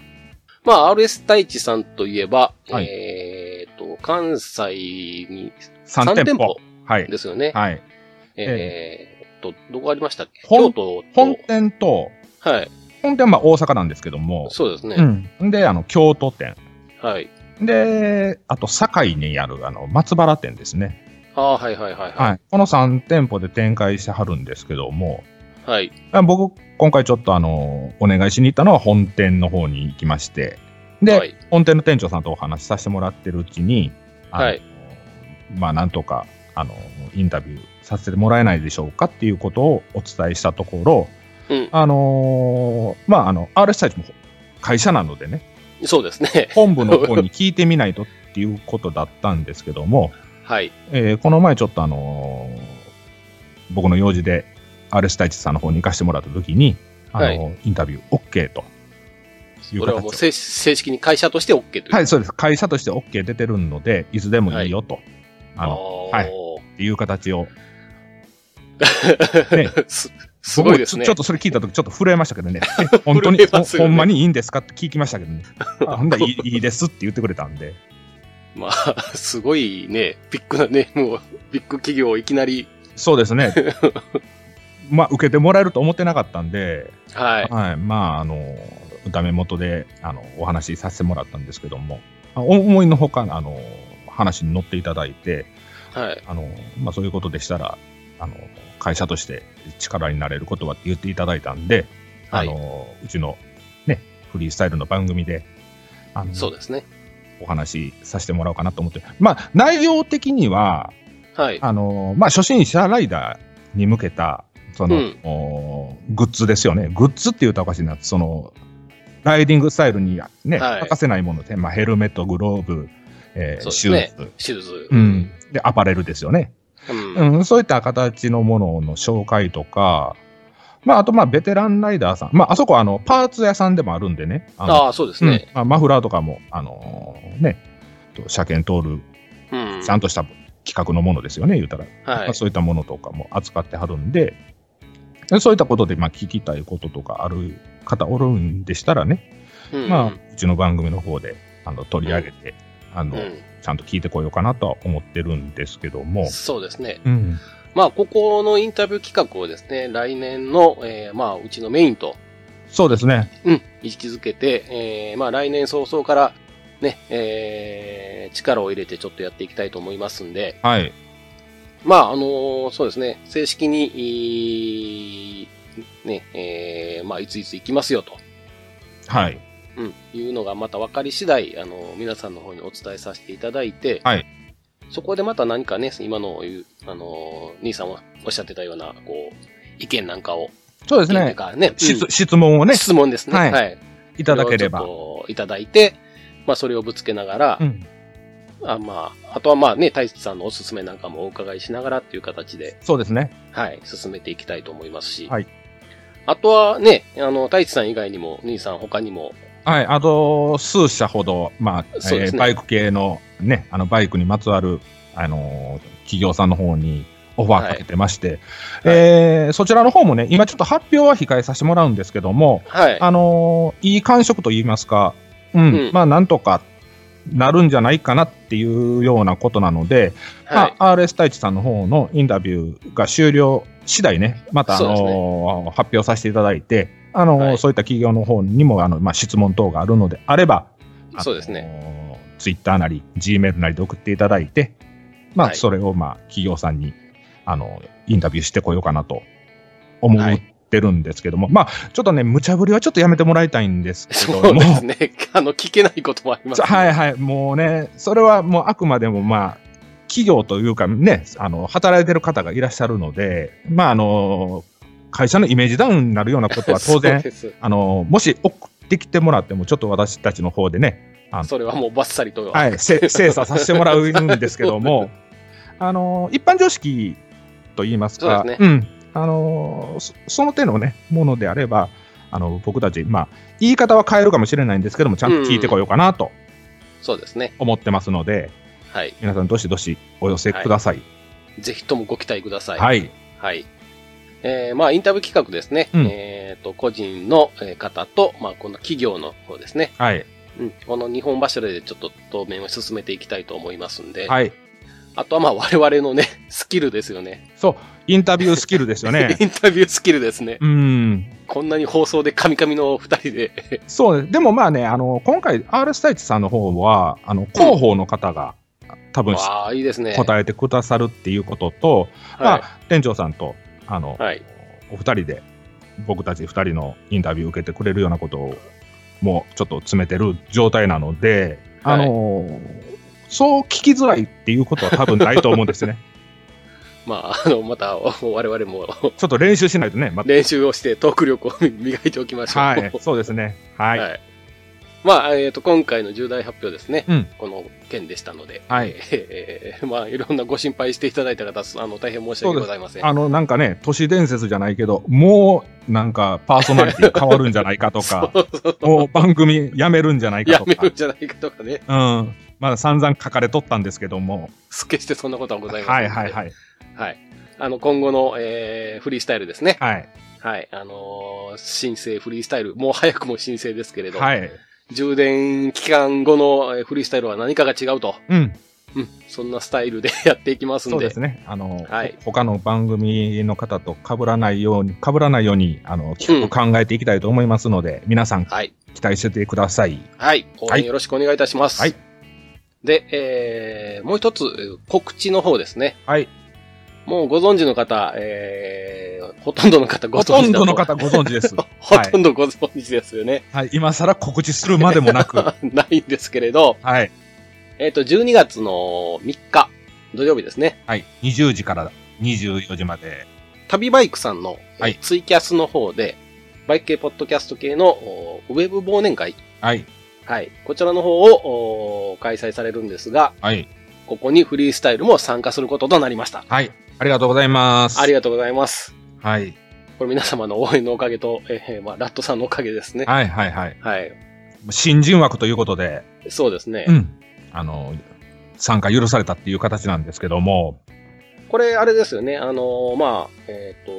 S5: まあ、RS 太一さんといえば、
S6: はい
S5: えっと、関西に
S6: 3店舗。はい。
S5: ですよね。
S6: はい。
S5: えっと、どこありましたっけ
S6: ほ
S5: 京
S6: ん
S5: 都
S6: 本
S5: と、
S6: 店と、
S5: はい。
S6: 本店はまあ大阪なんですけども、
S5: そうですね。
S6: うん。で、あの、京都店。
S5: はい。
S6: で、あと、堺にある、あの、松原店ですね。
S5: ああ、はいはいはいは。
S6: はいい。この3店舗で展開してはるんですけども、
S5: はい。
S6: あ僕、今回ちょっとあの、お願いしに行ったのは本店の方に行きまして、で、
S5: はい
S6: 本店の店長さんとお話しさせてもらってるうちに、あの
S5: はい
S6: まあ、なんとか、あの、インタビューさせてもらえないでしょうかっていうことをお伝えしたところ、
S5: うん
S6: あのーまあ、あの、RS たちも会社なのでね、
S5: そうですね。 <laughs>
S6: 本部の方に聞いてみないとっていうことだったんですけども、 <laughs>
S5: はい。
S6: えーこの前ちょっとあのー僕の用事で RS 太一さんの方に行かせてもらった時に、あのーインタビュー OK という
S5: これはもう
S6: 形
S5: 正
S6: で
S5: 正式に会社として OK という。
S6: はい、そうです。会社として OK 出てるので、いつでもいいよと、あ
S5: あ
S6: の、
S5: の
S6: はいっていう形を。
S5: <laughs>
S6: ね
S5: ーすすごいですね
S6: 僕もちょちょっ。とそれ聞いた時ちょっと震えました
S5: <laughs>
S6: けどね。本当に、
S5: 震え
S6: ほ
S5: ますよね
S6: ほんまにいいんですかって聞きましたけどね。
S5: <laughs>
S6: あほんだらいいいいですって言ってくれたんで。
S5: まあ、 <laughs> すごいね、ビッグなね、もう、ビッグ企業をいきなり、
S6: そうで
S5: <laughs>
S6: すね。まあ、受けてもらえると思ってなかったんで、
S5: はい。
S6: はい、まあ、あの、ダメ元で、あの、お話しさせてもらったんですけども、あお思いのほか、あの、話に乗っていただいて、
S5: はい。
S6: あの、まあ、そういうことでしたら、あの、会社として力になれることはって言っていただいたんで、
S5: は
S6: あ
S5: い。
S6: の、うちのね、フリースタイルの番組で、あの、
S5: そうですね。
S6: お話しさせてもらおうかなと思って、まあ、内容的には、
S5: はい。
S6: あの、まあ、初心者ライダーに向けた、その、
S5: うん
S6: おーグッズですよね。グッズって言うとおかしいな。その、ライディングスタイルにね、
S5: はい
S6: 欠かせないもので、まあ、ヘルメット、グローブ、えー
S5: そうです
S6: シュ
S5: ね
S6: ーズ、
S5: シューズ。
S6: うん。。で、アパレルですよね。
S5: うん。
S6: うん、そういった形のものの紹介とか、まあ、あと、まあ、ベテランライダーさん。まあ、あそこは、あの、パーツ屋さんでもあるんでね。あの
S5: ああ、そうですね
S6: うん。まあ、マフラーとかも、あのーね、と車検通る、
S5: うん。
S6: ちゃんとした規格のものですよね、言うたら。
S5: は
S6: まあ
S5: い。
S6: そういったものとかも扱ってはるんで、でそういったことでまあ聞きたいこととかある方おるんでしたらね、
S5: うん
S6: まあ、うちの番組の方であの取り上げて、あの
S5: う
S6: ちゃんと聞いてこようかなとは思ってるんですけど
S5: ん。
S6: も、
S5: そうですね。
S6: うん、
S5: まあ、ここのインタビュー企画をですね、来年の、えーまあ、うちのメインと、
S6: そうですね、
S5: うん、位置づけて、えーまあ、来年早々から、ね、えー力を入れてちょっとやっていきたいと思いますんで、
S6: はい、
S5: まあ、あのーそうですね、正式に、いーね、えーまあ、いついつ行きますよと、
S6: はい、
S5: うん、いうのがまた分かり次第、あの、皆さんの方にお伝えさせていただいて、
S6: はい
S5: そこでまた何かね、今の言う、あの、兄さんはおっしゃってたような、こう、意見なんかを、
S6: そうです
S5: 意見という
S6: ね、
S5: かね、
S6: 質
S5: うん
S6: 質問をね、
S5: 質問ですね。
S6: はい
S5: はい。
S6: いただければ。
S5: そをちょっといただいて、まあ、それをぶつけながら、
S6: うん、
S5: あまあ、あとはまあね、大切さんのおすすめなんかもお伺いしながらっていう形で、
S6: そうですね、
S5: はい、進めていきたいと思いますし、
S6: はい
S5: あとはね、あの、大地さん以外にも、兄さん他にも、
S6: はい、あと数社ほど、まあえ
S5: そうです
S6: ー
S5: ね
S6: バイク系の,、ね、あのバイクにまつわる、あのー企業さんの方にオファーかけてまして、えーそちらの方もね、今ちょっと発表は控えさせてもらうんですけども、
S5: はい、
S6: あのーいい感触といいますか、うん
S5: うん
S6: まあ、なんとかなるんじゃないかなっていうようなことなので、
S5: はい、
S6: まあ、RS 太一さんの方のインタビューが終了次第ね、また、あ
S5: そう
S6: の
S5: ですね
S6: ー発表させていただいて、あのー
S5: はい
S6: そういった企業の方にもあの、まあ、質問等があるのであれば、あのー
S5: そうですね。。
S6: ツイッターなり、G メールなりで送っていただいて、まあ、
S5: はい
S6: それを、まあ、企業さんに、あのーインタビューしてこようかなと思
S5: は
S6: っ
S5: い
S6: てるんですけども、まあ、ちょっとね、無茶ぶりはちょっとやめてもらいたいんですけ
S5: そ
S6: ど
S5: う
S6: も、
S5: ですね。 <laughs> あの、聞けないこともあります、ね。
S6: はいはい、もうね、それはもうあくまでもまあ、企業というかね、あの、働いてる方がいらっしゃるので、まああの、会社のイメージダウンになるようなことは当
S5: <laughs> そう
S6: 然、
S5: です。
S6: あの、もし送ってきてもらっても、ちょっと私たちの方でね、あの
S5: それはもうバッサリと。
S6: はい、せ精査させてもらうんですけ
S5: <laughs>
S6: ども、あの、一般常識と言いますか、
S5: そうです
S6: ん、あの、そその手のね、ものであれば、あの、僕たち、まあ、言い方は変えるかもしれないんですけども、ちゃんと聞いてこようかなと
S5: そうですね。
S6: 思ってますので、
S5: はい。
S6: 皆さんどしどしお寄せください。
S5: ぜひともご期待ください。。
S6: はいい。
S5: はい。えーまあ、インタビュー企画ですね。
S6: うん
S5: えっ、と、個人のえー方と、まあ、この企業の方ですね。
S6: はい。
S5: うん。この日本柱でちょっと当面を進めていきたいと思いますんで。
S6: はい。
S5: あとはまあ、我々のね、 <laughs> スキルですよね。
S6: そう、インタビュースキルですよ <laughs> ね。
S5: <laughs> インタビュースキルですね。
S6: うん。
S5: こんなに放送でカミカミの二人で。
S6: そうです。でもまあね、あの、今回、R スタイチさんの方は、あの、広報の方が、多分、
S5: わあ、いいですね。
S6: 答えてくださるっていうことと、ま
S5: は
S6: あ、店長さんと、あの、
S5: い。はい。
S6: お二人で、僕たち二人のインタビュー受けてくれるようなことを、もうちょっと詰めてる状態なので、 <laughs> あの、そう聞きづらいっていうことは多分ないと思うんですね。
S5: まあ、あの、また、お我々も
S6: ちょっと練習しないとね、ま
S5: <laughs> 練習をしてトーク力を磨いておきましょう。
S6: はい、そうですね。はい。
S5: はいまあ、えっ、と、今回の重大発表ですね。
S6: うん
S5: この件でしたので。 <laughs>
S6: はい
S5: えーまあ、いろんなご心配していただいた方、あの、大変申し訳ございません。
S6: あの、なんかね、都市伝説じゃないけど、もう、なんか、パーソナリティ変わるんじゃないか
S5: <laughs>
S6: とか、もう番組やめるんじゃないか
S5: や
S6: と
S5: め
S6: か
S5: るん、じゃないかとかね。
S6: うん。まだ散々書かれとったんですけども、
S5: すっけしてそんなことはございません。。
S6: はいはいはいい。
S5: はい。あの、今後の、えー、フリースタイルですね。
S6: はい。
S5: はい。あのー申請フリースタイル、もう早くも申請ですけれど、
S6: はい。
S5: 充電期間後のえーフリースタイルは何かが違うと、
S6: うん。
S5: うん、そんなスタイルでやっていきますん
S6: そう
S5: で、
S6: ですね。あの、
S5: はい
S6: ほ他の番組の方と被らないように、被らないように、あの、企画を考えていきたいと思いますので、皆さん
S5: はい。
S6: 期待しててください。
S5: はい。応
S6: は
S5: 援
S6: い
S5: よろしくお願いいたします。
S6: はい。
S5: で、えー、もう一つ、えー告知の方ですね。
S6: はい。
S5: もうご存知の方、えー、ほとんどの方ご
S6: ほ
S5: 存
S6: と
S5: 知
S6: ん
S5: だ
S6: ど
S5: と
S6: の方ご存知です。
S5: <laughs> ほとんどご存知ですよね。
S6: はい。今更告知するまで
S5: <laughs>
S6: もなく、は
S5: ないんですけれど、
S6: い。
S5: えっ、と、12月の3日、土曜日ですね。
S6: はい。20時から24時まで。
S5: 旅バイクさんの、えー
S6: はい
S5: ツイキャスの方で、バイク系ポッドキャスト系のおウェブ忘年会。
S6: はい。
S5: はい。こちらの方をお開催されるんですが、
S6: はい。
S5: ここにフリースタイルも参加することとなりました。
S6: はい。ありがとうございます。
S5: ありがとうございます。
S6: はい。
S5: これ皆様の応援のおかげと、えーまあ、ラットさんのおかげですね。
S6: はいはいはい。
S5: はい。
S6: 新人枠ということで、
S5: そうですね。
S6: うん。あの、参加許されたっていう形なんですけども、
S5: これ、あれですよね。あのーまあ、えっ、と、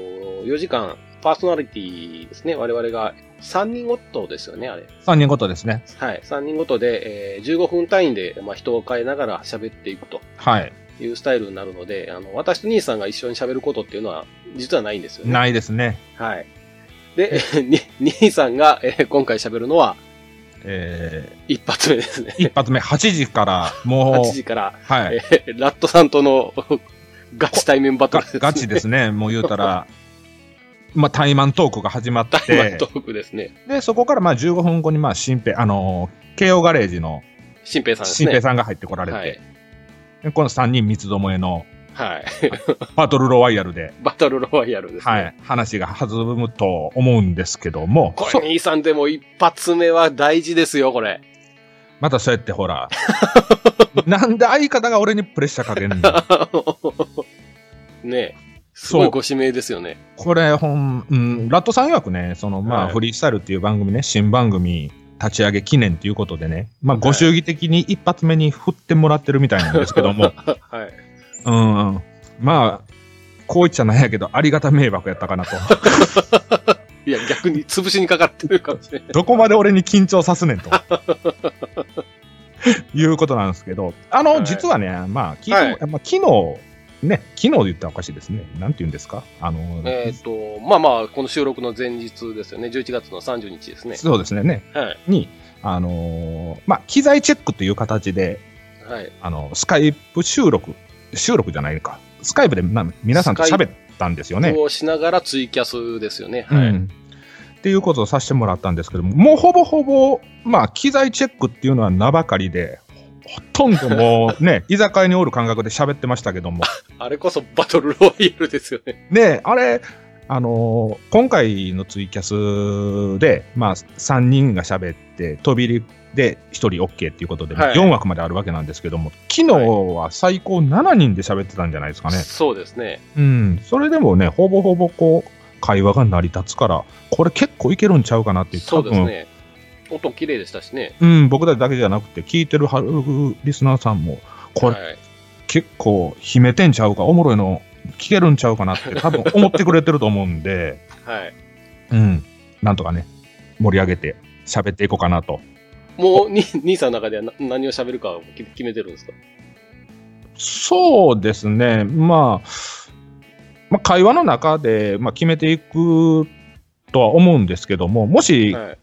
S5: 4時間、パーソナリティですね。我々が3人ごとですよね、あれ。
S6: 3人ごとですね。
S5: はい。3人ごとで、えー15分単位で、まあ、人を変えながら喋っていくと
S6: はい。
S5: いうスタイルになるので、あの、私と兄さんが一緒に喋ることっていうのは、実はないんですよね。
S6: ないですね。
S5: はい。で、 <laughs> に兄さんが、えー今回喋るのは、
S6: え
S5: 一発目ですね。
S6: ー、一発目8時から、
S5: <laughs>
S6: も
S5: 8
S6: う、
S5: 時から、
S6: はい。
S5: えーラットさんとの <laughs> ガチ対面バト
S6: が
S5: ルです、ね。。
S6: ガチですすね。もう言う
S5: <laughs>
S6: たら、まあ、タイマントークが始まっ
S5: 対面
S6: て
S5: ト、ークですね。
S6: で、そこからまあ15分後に、まあ、新平、あのー、慶応ガレージの
S5: 新平さんです
S6: 新
S5: ね。
S6: 平さんが入ってこられて、
S5: はい。
S6: でこの3人三つどもえの
S5: はい。
S6: バトルロワイヤルで、
S5: バトルロワイヤルですね。
S6: はい、話が弾むと思うんですけども、
S5: こ
S6: そ
S5: れ、兄さんでも一発目は大事ですよ、これ。 <laughs>
S6: またそうやってほら、なんで相方が俺にプレッシャーかけんの
S5: ねえ。すごいご指名ですよね。 <laughs>
S6: これ、ほん、うん、ラットさん曰くね、その、まあ、
S5: はい
S6: フリースタイルっていう番組ね、新番組立ち上げ記念ということでね、まあ、ご祝儀的に一発目に振ってもらってるみたいなんですけ
S5: <laughs>
S6: ども、
S5: はい。
S6: うん、まあ、こう言っちゃなんやけど、ありがた迷惑やったかなと。
S5: いや、逆に潰しにかかってるかもし <laughs>
S6: <laughs>
S5: れない。
S6: どこまで俺に緊張さすねんと。 <laughs> いうことなんですけど、あの、
S5: はい
S6: 実はね、まあ、昨日、
S5: はい
S6: まあ、昨日、ね、昨日言ったらおかしいですね。なんて言うんですかあの、
S5: えっと、まあまあ、この収録の前日ですよね。11月の30日ですね。
S6: そうですね、ね、
S5: はい。
S6: に、あのーまあ、機材チェックという形で、
S5: はい。
S6: あの、スカイプ収録、収録じゃないか、スカイプで、まあ、皆さんと喋ったんですよね。
S5: をしながらツイキャスですよね。
S6: う
S5: はい。
S6: ん。っていうことをさせてもらったんですけども、もうほぼほぼ、まあ、機材チェックっていうのは名ばかりで、ほとんども
S5: <laughs>
S6: うね、居酒屋におる感覚で喋ってましたけども、
S5: あれこそバトルロワイヤルですよね。
S6: ね、あれ、あのー今回のツイキャスで、まあ、3人が喋って、飛び入りで1人 OK っていうことで、
S5: はい
S6: 4枠まであるわけなんですけども、昨日は最高7人で喋ってたんじゃないですかね。
S5: そうですね。
S6: うん、それでもね、ほぼほぼこう、会話が成り立つから、これ結構いけるんちゃうかなっていう、
S5: そうです
S6: 多分
S5: ね。音綺麗でしたしね。
S6: うん、僕らだけじゃなくて、聞いてるはるリスナーさんも、これ
S5: はい。
S6: 結構秘めてんちゃうか、おもろいの聞けるんちゃうかなって多分思ってくれてると思う
S5: <laughs>
S6: んで、
S5: はい。
S6: うん、なんとかね、盛り上げて喋っていこうかなと。
S5: もう、に兄さんの中ではな何を喋るかを決決めてるんですか
S6: そうですね、まあ、まあ、会話の中で、まあ、決めていくとは思うんですけども、もし
S5: はい。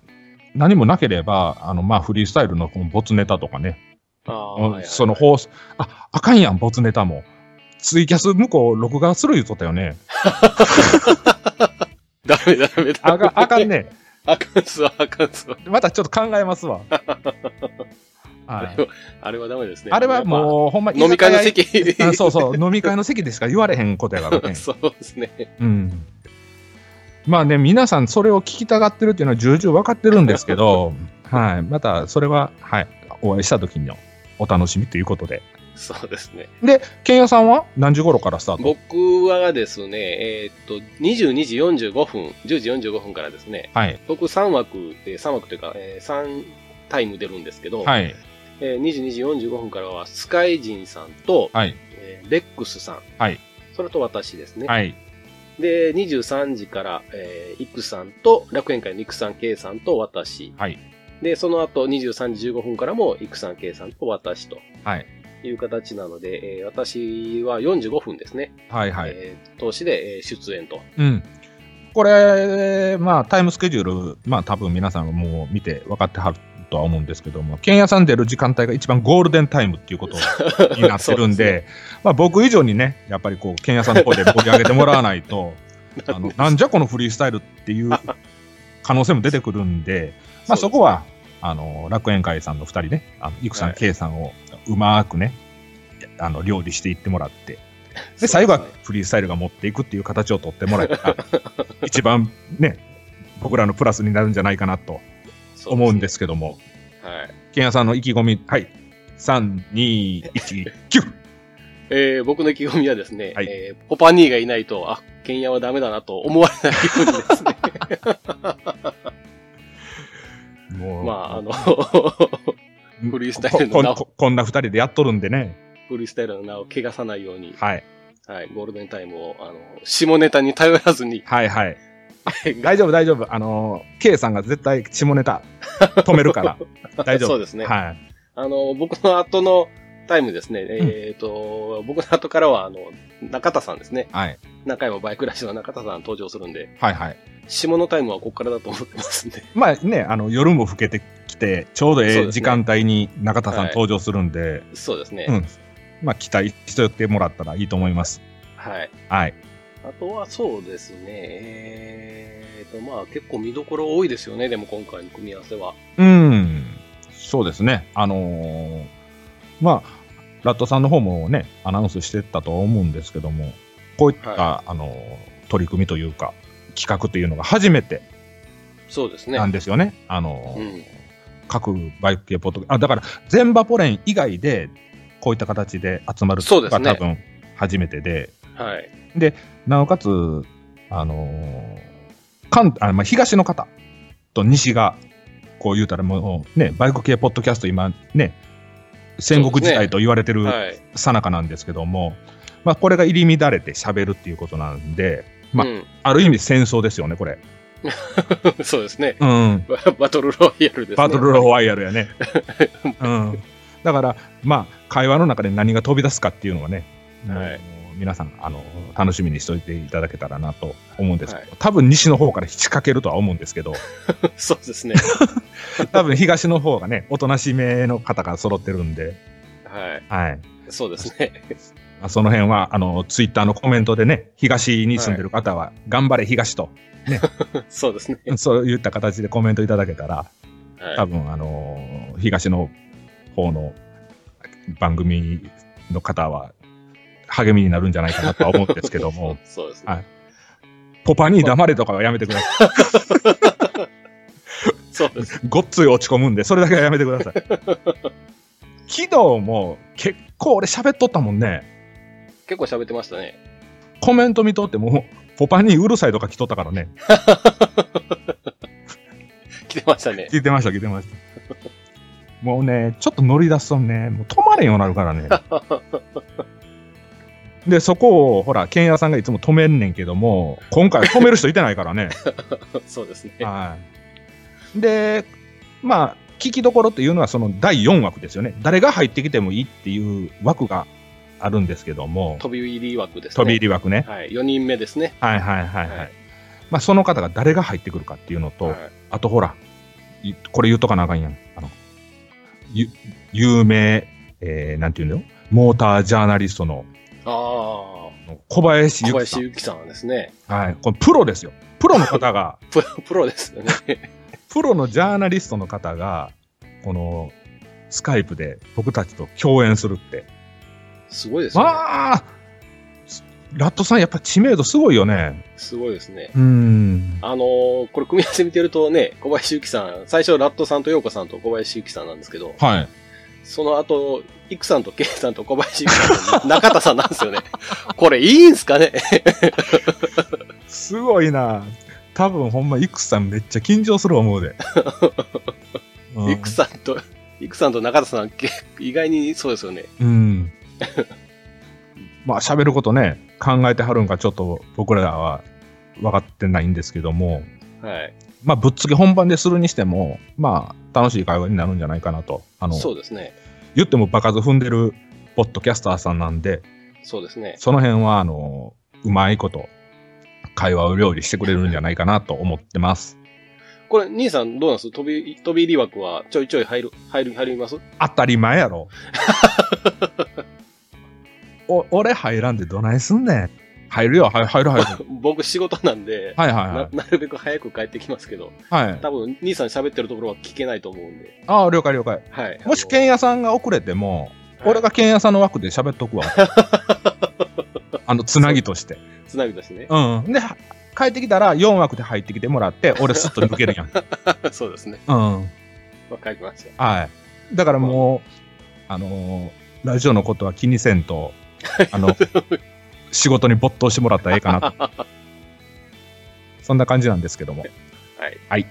S6: 何もなければ、あの、まあ、フリースタイルのこのボツネタとかね、
S5: ああ
S6: うん
S5: はいはい
S6: その放送、あ、あかんやん、ボツネタも。ツイキャス向こう録画する言うとったよね。
S5: ダメダメダメ。<laughs>
S6: あ <laughs> かあかん。ね。
S5: あかんっすわ、あかんっすわ。 <laughs>
S6: またちょっと考えますわ。はい
S5: あれはダメですね。
S6: あれは
S5: う、
S6: もう、ほんま
S5: 飲み会の席。。
S6: あそうそう、飲み会の席でしか言われへんことや <laughs> からね
S5: そうですね。
S6: うん。まあね、皆さんそれを聞きたがってるっていうのは重々分かってるんですけ
S5: <laughs>
S6: ど、はい。また、それは、はい。お会いした時のお楽しみということで。
S5: そうですね。
S6: で、ケンヤさんは何時頃からスタート
S5: 僕はですね、えーっと、22時45分、10時45分からですね、
S6: はい。
S5: 僕3枠で、3枠というか、え3タイム出るんですけど、
S6: はい。
S5: えー22時45分からはスカイジンさんと、
S6: はい。
S5: えーレックスさん、
S6: はい
S5: それと私ですね。
S6: はい。
S5: で、23時から、えーイクさんと、楽園会のイクさん、K さんと私。
S6: はい
S5: で、その後23時15分からも、イクさん、K さんと私と。
S6: はい。
S5: いう形なので、えー私は45分ですね。
S6: はい。はい。
S5: えー投資で、えー出演と。
S6: うん。これ、まあ、タイムスケジュール、まあ、多分皆さんもう見て分かってはるとは思うんですけども、ケンヤさん出る時間帯が一番ゴールデンタイムっていうことになってる <laughs>
S5: そ
S6: ん
S5: う
S6: で、まあ、僕以上にね、やっぱりこう、ケンヤさんの方で盛り上げてもらわないと、あの <laughs> なんじゃこのフリースタイルっていう可能性も出てくるんで、まあ、そこは、あの、楽園会さんの2人ね、あのイクさ
S5: はい。
S6: ん、ケイさんをうまくね、あの料理していってもらって、で、最後はフリースタイルが持っていくっていう形を取ってもらえたら、一番ね、僕らのプラスになるんじゃないかなと思うんですすけども、
S5: はい。
S6: ケンヤさんの意気込み、はい、3、2、1、9!
S5: えー僕の意気込みはですね、
S6: はい
S5: えーポパニーがいないと、あ、ケンヤはダメだなと思われないようにですね。
S6: もう、
S5: まあ、あの、 <laughs>
S6: フ
S5: フリースタイルの名を
S6: こここんな2人でやっとるんでね、
S5: フリースタイルの名を汚さないように、
S6: はい、
S5: はい、ゴールデンタイムを、あの、下ネタに頼らずに、
S6: はい、はい。大丈夫、大丈夫。あの、K さんが絶対下ネタ止め
S5: <laughs>
S6: るから、大丈夫。
S5: そうですね
S6: はい。
S5: あの、僕の後のタイムですね、えっ、と、僕の後からは、あの、中田さんですね。
S6: はい。
S5: 中山バイクラッシュの中田さん登場するんで、
S6: はい、はい。
S5: 下のタイムはここからだと思ってますん
S6: <laughs>
S5: で、
S6: まあね、あの、夜も更けてきて、ちょうど
S5: そう
S6: え
S5: です
S6: え
S5: ね
S6: 時間帯に中田さん
S5: はい
S6: 登場するんで、
S5: そうですね。
S6: うん。まあ、期待しておいてもらったらいいと思います。
S5: はい。
S6: はい。
S5: あとはそうですね、えーと、まあ結構見どころ多いですよね、でも今回の組み合わせは。
S6: うん。そうですね。あのーまあ、ラットさんの方もね、アナウンスしてたと思うんですけども、こういった、
S5: は
S6: あのー取り組みというか、企画というのが初めて
S5: そうですね。
S6: なんですよね。あのー
S5: うん。
S6: 各バイク系ポッドあ、だから、全バポレン以外で、こういった形で集まる
S5: そうですね
S6: 多分初めてで、
S5: はい。
S6: なおかつ、あのー関あまあ、東の方と西が、こう言うたらもうね、バイク系ポッドキャスト今ね、戦国時代と言われてる
S5: はい。
S6: さなかなんですけども、まあこれが入り乱れて喋るっていうことなんで、まあ
S5: う
S6: ある意味戦争ですよね、これ。
S5: ん、 <laughs> そうですね。
S6: うん。
S5: ババトルロイヤルですね。
S6: バトルロワイヤルやね。うん。だから、まあ会話の中で何が飛び出すかっていうのはね、
S5: はい
S6: もう皆さん、あの、楽しみにしておいていただけたらなと思うんですけど、
S5: は
S6: 多分西の方から引っ掛けるとは思うんです
S5: <laughs>
S6: けど、
S5: <laughs> そうですね。
S6: 多分東の方がね、おとなしめの方が揃ってるんで、
S5: はい。
S6: はい。
S5: そうですね。 <laughs>
S6: まあその辺は、あの、ツイッターのコメントでね、東に住んでる方は、頑張れ東と、
S5: そうですね。
S6: そういった形でコメントいただけたら、多
S5: はい。、
S6: 分、あのー東の方の番組の方は、励みになるんじゃないかなとは思うんですけども
S5: <laughs> そうです
S6: はい
S5: ね。
S6: ポパに黙れとかはやめてくださ
S5: そうです。
S6: い。ごっつい落ち込むんで、それだけはやめてください。昨日も結構俺喋っとったもんね。
S5: 結構喋ってましたね。
S6: コメント見とっても、ポパにうるさいとか来とったからね。
S5: 来てました
S6: <laughs>
S5: ね。
S6: 聞いてました、聞いてました。もうね、ちょっと乗り出すとね、もう止まれんようになるからね。 <laughs> で、そこを、ほら、ケンヤさんがいつも止めんねんけども、今回は止める人いてない <laughs> からね。
S5: そうですね。
S6: はい。で、まあ、聞きどころっていうのは、その第4枠ですよね。誰が入ってきてもいいっていう枠があるんですけども、
S5: 飛び入り枠ですね。
S6: 飛び入り枠ね。
S5: はい。4人目ですね。
S6: はいはいはいは
S5: はいい。
S6: まあ、その方が誰が入ってくるかっていうのと、
S5: はい
S6: あとほら、いこれ言うとかなあかんやん。あの、ゆ、有名、えー、なんていうのモータージャーナリストの
S5: ああ。
S6: 小林
S5: 小
S6: ゆきさ
S5: 林
S6: ん。
S5: ゆきさんはですね。
S6: はい。これプロですよ。プロの方が、 <laughs>
S5: プロプロですよね。 <laughs>
S6: プロのジャーナリストの方が、この、スカイプで僕たちと共演するって。
S5: すごいですね。
S6: まあ、ラットさんやっぱ知名度すごいよね。
S5: すごいですね。
S6: うん。
S5: あのーこれ組み合わせ見てるとね、小林ゆきさん、最初ラットさんと陽子さんと小林ゆきさんなんですけど、
S6: はい。
S5: その後、イクさんとケイさんと小林ゆきさんと中田さんなん
S6: <laughs>
S5: ですよね。これいいんすかね
S6: すごいな。多分ほんま、イクさんめっちゃ緊張する思う <laughs> で。う
S5: イクさんと、イクさんと中田さん、け意外にそうですよね。
S6: うん。まあ、喋ることね、考えてはるんか、ちょっと僕らは分かってないんですけども、
S5: はい。
S6: まあ、ぶっつけ本番でするにしても、まあ、楽しい会話になるんじゃないかなと。あの、
S5: そうですね。
S6: 言っても場数踏んでるポッドキャスターさんなんで、
S5: そうですね。
S6: その辺は、あの、うまいこと、会話を料理してくれるんじゃないかなと思ってます。
S5: これ、兄さんどうなんです飛び、飛び入り枠はちょいちょい入る、入る、入ります <laughs>
S6: 当たり前やろ。 <laughs> お俺入らんでどないすんねん。入るよ、はい入る入る。
S5: 僕仕事なんで、
S6: はいはいは。
S5: ないなるべく早く帰ってきますけど、
S6: はい。
S5: 多分、兄さん喋ってるところは聞けないと思うんで。
S6: ああ、了解了解。
S5: はい。
S6: もし、剣屋さんが遅れても、
S5: あの
S6: 俺、が剣屋さんの枠で喋っと
S5: <laughs>
S6: くわ。あの、つなぎとして。
S5: つなぎだしね。 <laughs>
S6: うん。で、は帰ってきたら4枠で入ってきてもらって、俺すっと抜ける
S5: <laughs>
S6: やん。
S5: そうですね。
S6: うん。
S5: わかりました。
S6: はい。だからもう、あのーラジオのことは気にせ
S5: <laughs>
S6: んと、あの、仕事に没頭してもらったらええかなと。
S5: <laughs>
S6: そんな感じなんですけども。
S5: はい。
S6: はい。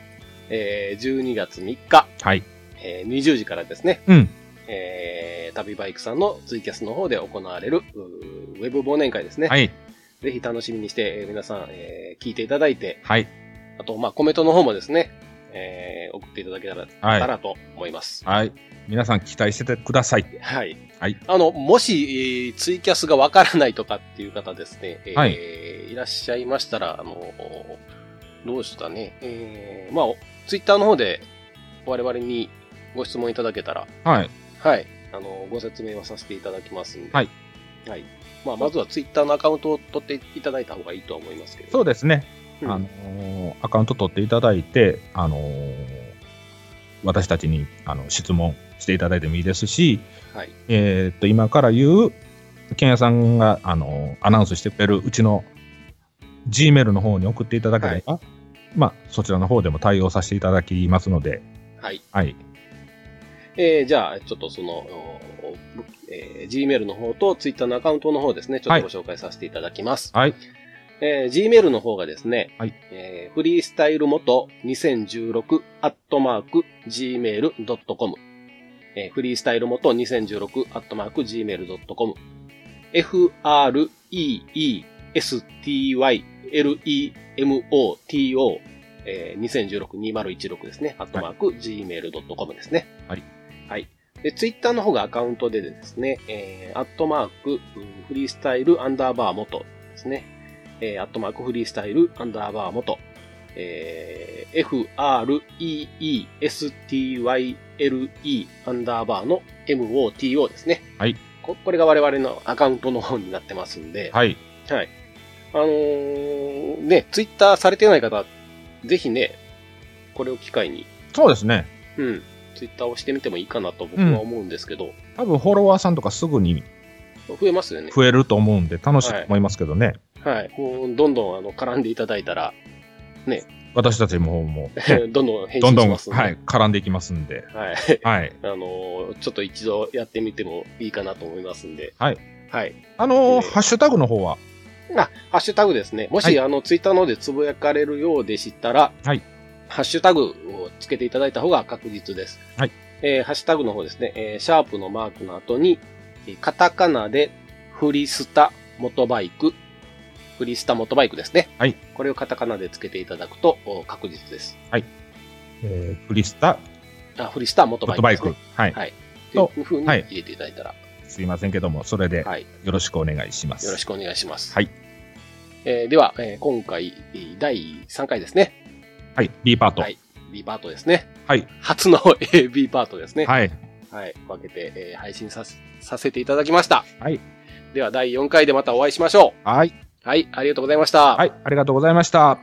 S5: えー、12月3日、
S6: はい。
S5: えー、20時からですね。
S6: うん。
S5: えー、旅バイクさんのツイキャスの方で行われる、うーウェブ忘年会ですね。
S6: はい。
S5: ぜひ楽しみにして、えー皆さん、えー聞いていただいて、
S6: はい。
S5: あと、まあ、コメントの方もですね、えー送っていただけたら、
S6: はい
S5: たらと思います。
S6: はい。皆さん期待しててください。
S5: はい。
S6: はい
S5: あの、もし、えーツイキャスがわからないとかっていう方ですね、えー、
S6: はい
S5: らっしゃいましたら、あの、どうしたね、えーまあ、ツイッターの方で我々にご質問いただけたら、
S6: はい。
S5: はい、あの、ご説明はさせていただきますんで、
S6: はい。
S5: はい。まあ、まずはツイッターのアカウントを取っていただいた方がいいとは思いますけど。
S6: そうですね。
S5: うん
S6: あのーアカウント取っていただいて、あのー私たちにあの質問していただいてもいいですし、
S5: はい。
S6: えーっと今から言うケンヤさんが、あのーアナウンスしてくれるうちの G メールの方に送っていただければ、まあ、そちらの方でも対応させていただきますので、
S5: はい。
S6: はい、
S5: えーじゃあ、ちょっとその、おえー Gmail の方と Twitter のアカウントの方ですね、ちょっとご紹介させていただきます。
S6: はい
S5: えー Gmail の方がですね、
S6: はい
S5: えーフリースタイル元2016アットマーク gmail.com、えーフリースタイル元2016アットマーク gmail.com、f-r-e-e-s-t-y-l-e-m-o-t-o、えー、2016-2016ですね、アットマーク gmail.com ですね。
S6: はい。
S5: はい。で、ツイッターの方がアカウントでですね、えー、アットマーク、うんフリースタイルアンダーバー元ですね。えー、アットマークフリースタイルアンダーバー元、えー、f-r-e-e-s-t-y-l-e アンダーバーの m-o-t-o ですね。
S6: はい
S5: こ。これが我々のアカウントの方になってますんで、
S6: はい、
S5: はい。あのーね、ツイッターされてない方、ぜひね、これを機会に、
S6: そうですね、
S5: うん、ツイッターをしてみてもいいかなと僕は思うんですけど、
S6: 多分フォロワーさんとかすぐに
S5: 増えますよね。
S6: 増えると思うんで、楽しいと思いますけどね、
S5: はい。もうどんどんあの絡んでいただいたら、
S6: 私たちの方
S5: <laughs>
S6: も、
S5: どんどん返
S6: どん
S5: 信
S6: ど
S5: し
S6: ん、
S5: ま
S6: は
S5: すんで。
S6: い、絡んでいきますんで、
S5: はい。
S6: はい。
S5: あのーちょっと一度やってみてもいいかなと思いますんで。
S6: はい。
S5: はい。
S6: あのー
S5: えー
S6: ハッシュタグの方は、
S5: あ、ハッシュタグですね。もし、
S6: はい
S5: あの、ツイッターの方でつぶやかれるようでしたら、
S6: はい
S5: ハッシュタグをつけていただいた方が確実です。
S6: はい
S5: えーハッシュタグの方ですね、えーシャープのマークの後に、えーカタカナで、フリスタ、モトバイク、フリスタモトバイクですね。
S6: はい
S5: これをカタカナでつけていただくとお確実です。
S6: えー、フリスタ、
S5: あ、フリスタモト
S6: ド
S5: バ
S6: ッ
S5: イ
S6: ト
S5: ク
S6: バ
S5: で
S6: イ
S5: す、
S6: ク。
S5: ね。
S6: はい。
S5: というふうに
S6: はい
S5: 入れていただいたら、
S6: すいませんけども、それで
S5: はい。
S6: よろしくお願いします。
S5: よろしくお願いします。
S6: はい。
S5: えーでは、えー今回、えー第3回ですね。
S6: はい。B パート。
S5: は
S6: はいい。
S5: B パートですね。
S6: はい。
S5: 初の AB パートですね。はい。
S6: はい。
S5: 分けて、えー配信させさせていただきました。
S6: はい。
S5: では、第4回でまたお会いしましょ
S6: はい。
S5: う。はい。ありがとうございました。
S6: ありがとうございました。